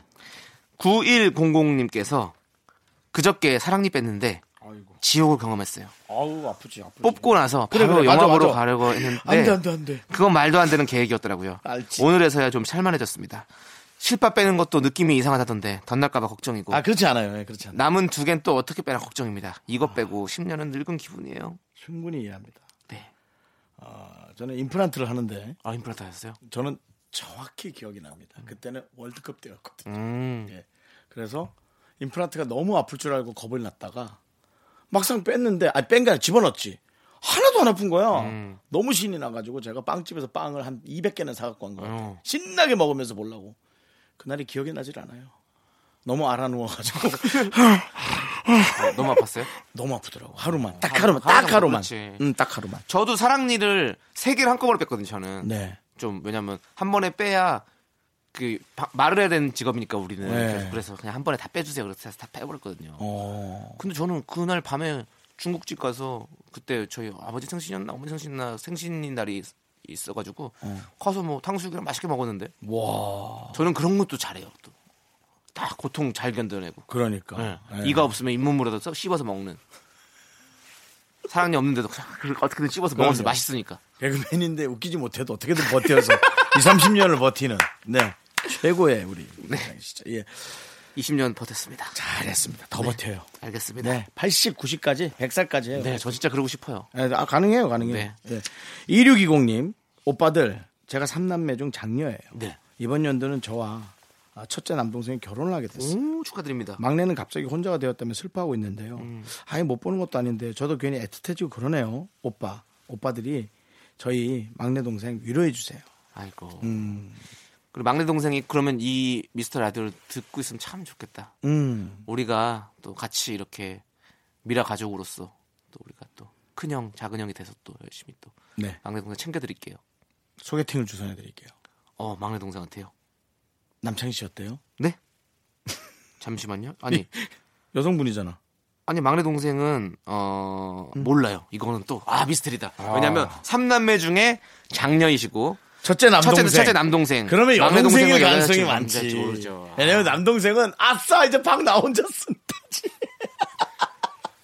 B: 9100님께서 그저께 사랑니 뺐는데 지옥을 경험했어요.
A: 아우 아프지 아프지.
B: 뽑고 나서
A: 그래,
B: 바로
A: 그래,
B: 영화
A: 맞아,
B: 보러
A: 맞아.
B: 가려고 했는데
A: 안 돼, 안 돼, 안 돼.
B: 그건 말도 안 되는 계획이었더라고요. 오늘에서야 좀 살만해졌습니다. 실밥 빼는 것도 느낌이 이상하다던데 덧날까봐 걱정이고.
A: 아 그렇지 않아요. 예, 그렇지 않아요.
B: 남은 두 개는 또 어떻게 빼나 걱정입니다. 이것 빼고 10년은 늙은 기분이에요.
A: 충분히 이해합니다.
B: 네.
A: 아, 저는 임플란트를 하는데.
B: 아 임플란트 하셨어요?
A: 저는 정확히 기억이 납니다. 그때는 월드컵 때였거든요.
B: 음.
A: 예. 그래서 임플란트가 너무 아플 줄 알고 겁을 났다가 막상 뺐는데 아니 뺀게 아니라 집어넣었지. 하나도 안 아픈 거야. 너무 신이 나가지고 제가 빵집에서 빵을 한 200개는 사갖고 간 거예요. 신나게 먹으면서 보려고. 그날이 기억이 나질 않아요. 너무 알아누워가지고
B: 너무 아팠어요?
A: 너무 아프더라고. 하루만 딱 하루만 딱 하루만.
B: 그렇지.
A: 음, 딱 하루만.
B: 저도 사랑니를 세 개를 한꺼번에 뺐거든요. 저는
A: 네.
B: 좀 왜냐면 한 번에 빼야 그 바- 말을 해야 되는 직업이니까 우리는
A: 네.
B: 그래서- 그래서 그냥 한 번에 다 빼주세요. 그래서 다 빼버렸거든요.
A: 어.
B: 근데 저는 그날 밤에 중국집 가서 그때 저희 아버지 생신이었나 어머니 생신이나 생신인 날이 있- 있어가지고 가서 뭐 탕수육이랑 맛있게 먹었는데
A: 와.
B: 저는 그런 것도 잘해요. 또. 다 고통 잘 견뎌내고.
A: 그러니까.
B: 네. 이가 없으면 잇몸물에서 씹어서 먹는. 사랑이 없는데도 그냥 그걸 어떻게든 씹어서 먹으면서
A: 그럼요.
B: 맛있으니까.
A: 개그맨인데 웃기지 못해도 어떻게든 버텨서 2, 30년을 버티는 네 최고의 우리 네. 진짜 예.
B: 20년 버텼습니다.
A: 잘했습니다. 더 버텨요.
B: 알겠습니다.
A: 네. 80, 90까지, 100살까지 해요.
B: 네, 저 진짜 그러고 싶어요.
A: 예, 아, 가능해요, 가능해요. 예. 2620님, 오빠들, 제가 삼남매중 장녀예요. 이번 연도는 저와 아, 첫째 남동생이 결혼을 하게 됐어요.
B: 축하드립니다.
A: 막내는 갑자기 혼자가 되었다며 슬퍼하고 있는데요. 아예 못 보는 것도 아닌데 저도 괜히 애틋해지고 그러네요. 오빠, 오빠들이 저희 막내 동생 위로해 주세요.
B: 아이고.
A: 음.
B: 그리고 막내 동생이 그러면 이 미스터 라디오를 듣고 있으면 참 좋겠다.
A: 음.
B: 우리가 또 같이 이렇게 미라 가족으로서 또 우리가 또 큰형, 작은형이 돼서 또 열심히 또
A: 네.
B: 막내 동생 챙겨드릴게요.
A: 소개팅을 주선해 드릴게요.
B: 어, 막내 동생한테요.
A: 남창희 씨 어때요?
B: 네? 잠시만요. 아니
A: 여성분이잖아.
B: 아니 막내 동생은 어
A: 음.
B: 몰라요. 이거는 또 아 미스터리다. 왜냐면
A: 아.
B: 삼남매 중에 장녀이시고
A: 첫째 남동생.
B: 첫째, 첫째 남동생.
A: 음. 그러면
B: 막내
A: 여동생일
B: 동생과
A: 가능성이
B: 여자친구, 아.
A: 많지. 예.
B: 남자친구 모르죠.
A: 왜냐면 남동생은 아싸 이제 방 나 혼자 쓴다지.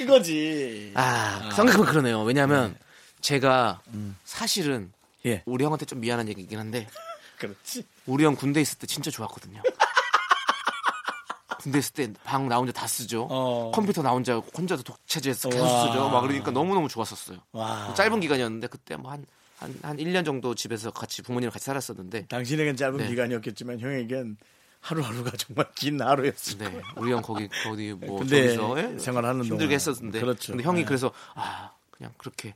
A: 이거지.
B: 아, 생각해보면 그러네요. 왜냐하면 제가
A: 음.
B: 사실은
A: 예.
B: 우리 형한테 좀 미안한 얘기긴 한데
A: 그렇지.
B: 우리 형 군대 있을 때 진짜 좋았거든요. 군대 있을 때 방 나 혼자 다 쓰죠. 컴퓨터 나 혼자 혼자서 독차지해서 계속
A: 어. 와.
B: 쓰죠. 막 그러니까 너무너무 좋았었어요.
A: 와.
B: 짧은 기간이었는데 그때 뭐 한 한, 한 1년 정도 집에서 같이 부모님이랑 같이 살았었는데
A: 당신에겐 짧은
B: 네.
A: 기간이었겠지만 형에겐 하루하루가 정말 긴 하루였을
B: 네. 우리 형 거기 거기 뭐
A: 근데
B: 저기서 예?
A: 생활하는 동안.
B: 힘들게 했었는데
A: 그렇죠.
B: 근데 형이
A: 네. 어.
B: 그래서 아 그냥 그렇게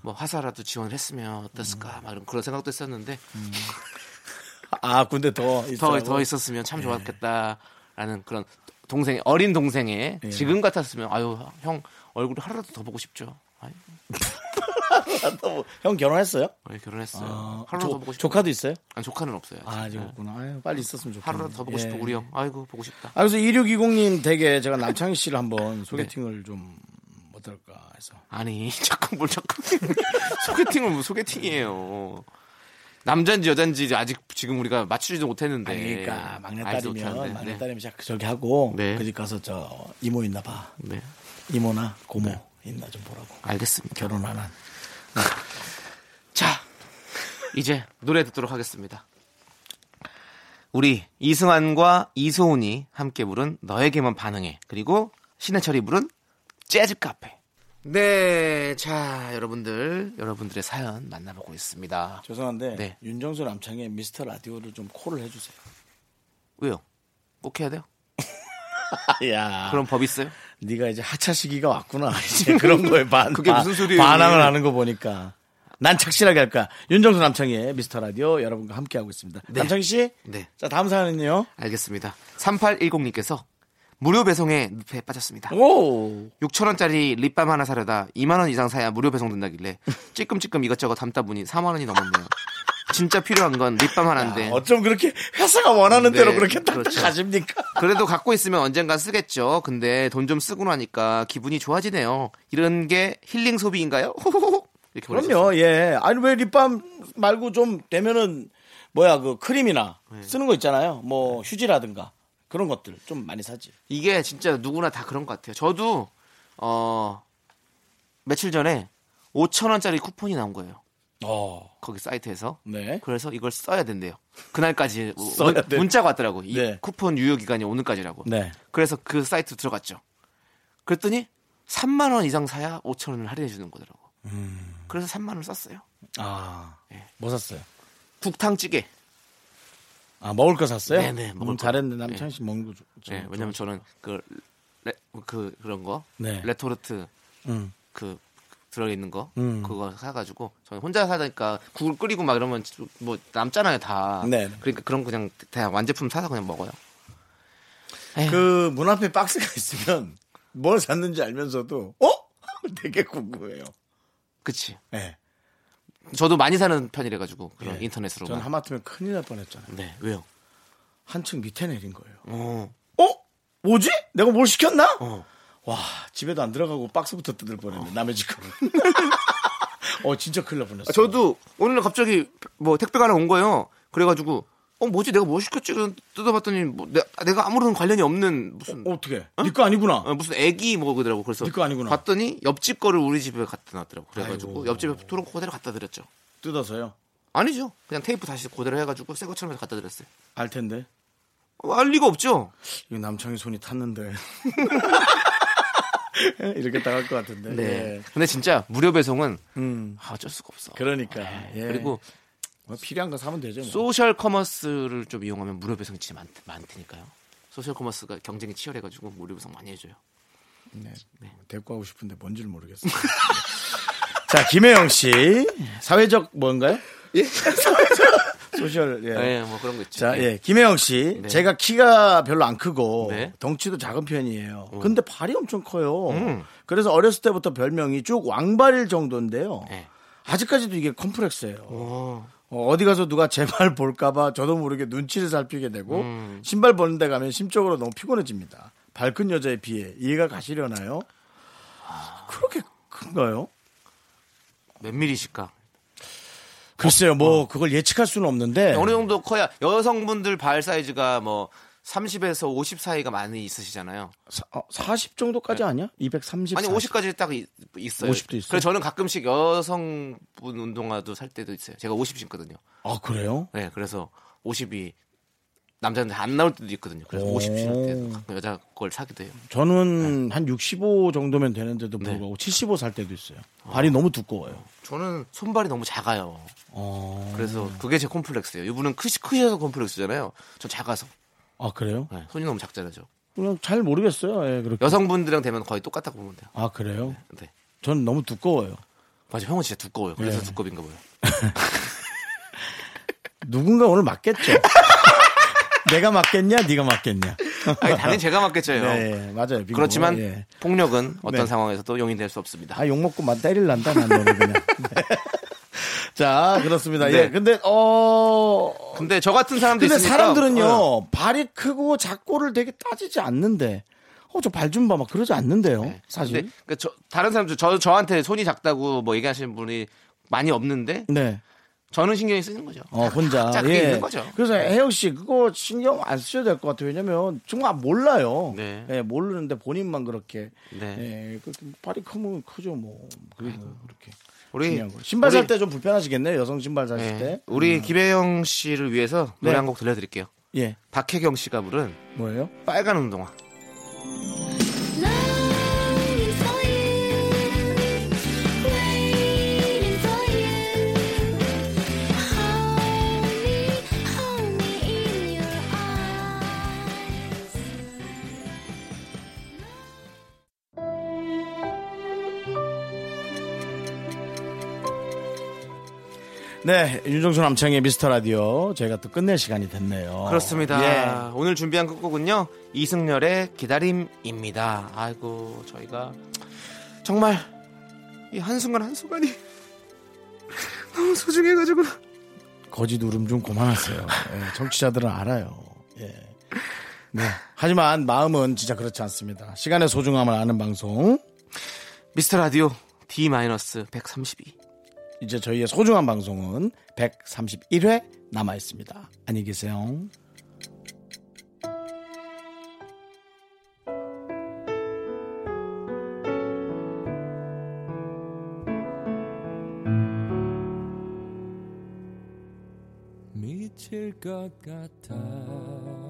B: 뭐 화사라도 지원을 했으면 어땠을까
A: 음.
B: 막 이런 그런 생각도 했었는데
A: 아 군대 더
B: 더,
A: 있으라고? 네.
B: 더 있었으면 참 좋았겠다라는 그런 동생 어린 동생의
A: 예.
B: 지금 같았으면 아유 형 얼굴 하루라도 더 보고 싶죠. 아유,
A: 뭐, 형 결혼했어요?
B: 왜 결혼했어요.
A: 아,
B: 하루라도
A: 조-
B: 더 보고 싶어.
A: 조카도 있어요?
B: 아니 조카는 없어요. 네.
A: 아, 아직 없구나. 아유, 빨리 있었으면 좋겠네.
B: 하루라도 더 보고
A: 예.
B: 싶어 우리 형. 아이고 보고 싶다.
A: 아, 그래서 2620님 댁에 제가 남창희 씨를 한번 소개팅을 좀 어떨까 해서.
B: 아니 자꾸 뭘 자꾸 소개팅을 뭐 소개팅이에요. 남잔지 여잔지 아직 지금 우리가 맞추지도 못했는데.
A: 아니, 그러니까
B: 네, 알지도 못하는데.
A: 막내딸이면
B: 네.
A: 막내딸이면 자꾸 저기 하고 그 집 가서 저 이모 있나 봐.
B: 네.
A: 이모나 고모 있나 좀 보라고.
B: 알겠습니다.
A: 결혼 안 한.
B: 자, 이제 노래 듣도록 하겠습니다. 우리 이승환과 이소은이 함께 부른 너에게만 반응해 그리고 신해철이 부른 재즈 카페. 네, 자 여러분들 여러분들의 사연 만나보고 있습니다.
A: 죄송한데
B: 네.
A: 윤정수 남창의 미스터 라디오를 좀 콜을 해주세요.
B: 왜요? 꼭 해야 돼요?
A: 아, 야.
B: 그런 법 있어요?
A: 네가 이제 하차 시기가 왔구나. 이제 그런 거에 반,
B: 네, 그게 무슨
A: 반-
B: 소리예요?
A: 반항을 하는 거 보니까. 난 착실하게 할까. 윤정수 남창의 미스터 라디오 여러분과 함께하고 있습니다. 남창희 씨?
B: 네.
A: 자, 다음 사연은요?
B: 알겠습니다. 3810님께서 무료 배송에 늪에 빠졌습니다. 6천원짜리 립밤 하나 사려다 2만원 이상 사야 무료 배송 된다길래 찔끔찔끔 이것저것 담다 보니 4만원이 넘었네요. 진짜 필요한 건 립밤 하나인데.
A: 아, 어쩜 그렇게 회사가 원하는
B: 네,
A: 대로 그렇게 딱
B: 그렇죠.
A: 가십니까?
B: 그래도 갖고 있으면 언젠간 쓰겠죠. 근데 돈 좀 쓰고 나니까 기분이 좋아지네요. 이런 게 힐링 소비인가요? 호호호호. 이렇게 보내셨어요.
A: 그럼요, 예. 아니, 왜 립밤
B: 네.
A: 말고 좀 되면은, 뭐야, 그 크림이나 쓰는 거 있잖아요. 뭐, 휴지라든가. 그런 것들 좀 많이 사지.
B: 이게 진짜 누구나 다 그런 것 같아요. 저도 어 며칠 전에 5천 원짜리 쿠폰이 나온 거예요. 거기 사이트에서. 네?
A: 네.
B: 그래서 이걸 써야 된대요. 그날까지 문-
A: 써야 돼.
B: 문자가 왔더라고. 이 쿠폰 유효 기간이 오늘까지라고.
A: 네.
B: 그래서 그 사이트 들어갔죠. 그랬더니 3만 원 이상 사야 5천 원을 할인해 주는 거더라고.
A: 음.
B: 그래서 3만 원 썼어요.
A: 아,
B: 예.
A: 뭐 샀어요?
B: 국탕찌개.
A: 아, 먹을 거 샀어요?
B: 네네, 먹을
A: 음,
B: 거.
A: 잘했네. 남창희 씨 먹는 거 좀. 좀
B: 네, 왜냐면 저는 그, 레, 그 그런 거
A: 네.
B: 레토르트
A: 음.
B: 그 들어있는 거
A: 음.
B: 그거 사가지고 저는 혼자 사다니까 국을 끓이고 막 이러면 뭐 남잖아요 다.
A: 네.
B: 그러니까 그런 거 그냥 다 완제품 사서 그냥 먹어요.
A: 그 문 앞에 박스가 있으면 뭘 샀는지 알면서도 어? 되게 궁금해요.
B: 그치.
A: 네.
B: 저도 많이 사는 편이라 가지고 그런
A: 예.
B: 네, 인터넷으로.
A: 전 하마터면 큰일 날 뻔했잖아요.
B: 네, 왜요?
A: 한층 밑에 내린 거예요.
B: 어,
A: 어? 뭐지? 내가 뭘 시켰나? 와, 집에도 안 들어가고 박스부터 뜯을 뻔했네. 남의 집 거. 어, 진짜 큰일 날 뻔했어.
B: 아, 저도 오늘 갑자기 뭐 택배가 하나 온 거예요. 그래가지고 어 뭐지 내가 뭐 시켰지? 그래서 뜯어봤더니 뭐 내, 내가 아무런 관련이 없는 무슨
A: 어, 어떻게? 네 거 아니구나.
B: 무슨 애기 뭐 그러더라고. 그래서
A: 네거 아니구나.
B: 봤더니 옆집 거를 우리 집에 갖다 놨더라고. 그래가지고
A: 아이고.
B: 옆집에 토론코 그대로 갖다 드렸죠.
A: 뜯어서요.
B: 아니죠. 그냥 테이프 다시 그대로 해가지고 새 것처럼 해서 갖다 드렸어요.
A: 알 텐데.
B: 어, 알 리가 없죠.
A: 이 남창이 손이 탔는데. 이렇게 당할 것 같은데. 예.
B: 네. 근데 진짜 무료 배송은
A: 음.
B: 아, 어쩔 수가 없어. 네.
A: 그러니까. 예.
B: 그리고
A: 뭐 필요한 거 사면 되죠. 뭐.
B: 소셜 커머스를 좀 이용하면 무료 배송이 진짜 많, 많다니까요. 소셜 커머스가 경쟁이 치열해가지고 무료 배송 많이 해줘요.
A: 네. 대꾸하고 싶은데 뭔지를 모르겠어요. 자, 김혜영 씨. 사회적 뭔가요? 예? 소셜, 예.
B: 네, 뭐 그런 거 있죠.
A: 자,
B: 네.
A: 예. 김혜영 씨.
B: 네.
A: 제가 키가 별로 안 크고
B: 네. 음.
A: 덩치도 작은 편이에요. 근데 발이 엄청 커요. 그래서 어렸을 때부터 별명이 쭉 왕발일 정도인데요.
B: 네. 예.
A: 아직까지도 이게 컴플렉스예요. 어, 어디 가서 누가 제 발 볼까봐 저도 모르게 눈치를 살피게 되고
B: 음.
A: 신발 벗는 데 가면 심적으로 너무 피곤해집니다. 발큰 여자에 비해 이해가 가시려나요?
B: 아.
A: 그렇게 큰가요?
B: 몇 밀리실까?
A: 글쎄요,
B: 어.
A: 뭐 그걸 예측할 수는 없는데
B: 네, 어느 정도 커야 여성분들 발 사이즈가 뭐 30에서 50 사이가 많이 있으시잖아요.
A: 사- 어, 40 정도까지 아니야? 230
B: 네. 아니 50까지 딱 이- 있어요.
A: 50도 있어요?
B: 그래서 저는 가끔씩 여성분 운동화도 살 때도 있어요. 제가 50 신거든요.
A: 아 그래요?
B: 네, 그래서 50이 남자한테 안 나올 때도 있거든요. 그래서
A: 오.
B: 50 신을 때도 가끔 여자 걸 사기도 해요.
A: 저는
B: 네.
A: 한 65 정도면 되는데도 불구하고 75 살 때도 있어요.
B: 아.
A: 발이 너무 두꺼워요.
B: 저는 손발이 너무 작아요.
A: 어.
B: 그래서 그게 제 콤플렉스예요. 이분은 크시 크셔서 콤플렉스잖아요. 저 작아서
A: 아 그래요?
B: 네, 손이 너무 작잖아요. 저.
A: 그냥 잘 모르겠어요. 예, 그렇게.
B: 여성분들이랑 되면 거의 똑같다고 보면 돼요.
A: 아 그래요?
B: 네.
A: 전 너무 두꺼워요.
B: 맞아, 형은 진짜 두꺼워요. 그래서
A: 네.
B: 두꺼인가 봐요.
A: 누군가 오늘 맞겠죠. 내가 맞겠냐? 네가 맞겠냐?
B: 아니, 당연히 제가 맞겠죠. 형.
A: 네, 맞아요. 빙고.
B: 그렇지만
A: 예.
B: 폭력은 어떤
A: 네.
B: 상황에서도 용인될 수 없습니다.
A: 아, 욕 먹고 만 때릴 난다, 난 너를 그냥. 네. 자, 그렇습니다. 예.
B: 네.
A: 근데, 어.
B: 근데 저 같은 사람도
A: 근데
B: 있으니까
A: 사람들은요,
B: 어,
A: 발이 크고 작고를 되게 따지지 않는데, 어, 저 발 좀 봐. 막 그러지 않는데요,
B: 근데
A: 어? 사실.
B: 그 저- 다른 사람들 저 저한테 손이 작다고 뭐 얘기하시는 분이 많이 없는데
A: 네.
B: 저는 신경이 쓰는 거죠.
A: 어, 혼자.
B: 각자 그게
A: 예.
B: 있는 거죠. 네.
A: 그래서 혜영 씨, 그거 신경 안 쓰셔도 될 것 같아요. 왜냐면 정말 몰라요.
B: 네.
A: 예, 모르는데 본인만 그렇게.
B: 네.
A: 예, 그 발이 크면 크죠, 뭐. 그게 뭐 그렇게.
B: 우리
A: 중요한 거. 신발 살
B: 우리- 네.
A: 때 좀 불편하시겠네요, 여성 신발 사실 때. 음.
B: 우리 김혜영 씨를 위해서 노래
A: 네.
B: 한 곡 들려드릴게요.
A: 예.
B: 박혜경 씨가 부른
A: 뭐예요?
B: 빨간 운동화.
A: 네, 윤정수 남창의 미스터 라디오. 저희가 또 끝낼 시간이 됐네요.
B: 그렇습니다.
A: 어, 예.
B: 오늘 준비한 끝곡은요 이승열의 기다림입니다. 아이고 저희가 정말 이 한순간 한순간이 너무 소중해가지고
A: 거짓 울음 좀 그만하세요. 예, 정치자들은 알아요. 예. 네. 하지만 마음은 진짜 그렇지 않습니다. 시간의 소중함을 아는 방송.
B: 미스터 라디오 D-132
A: 이제 저희의 소중한 방송은 131회 남아 있습니다. 안녕히 계세요.
N: 것 같아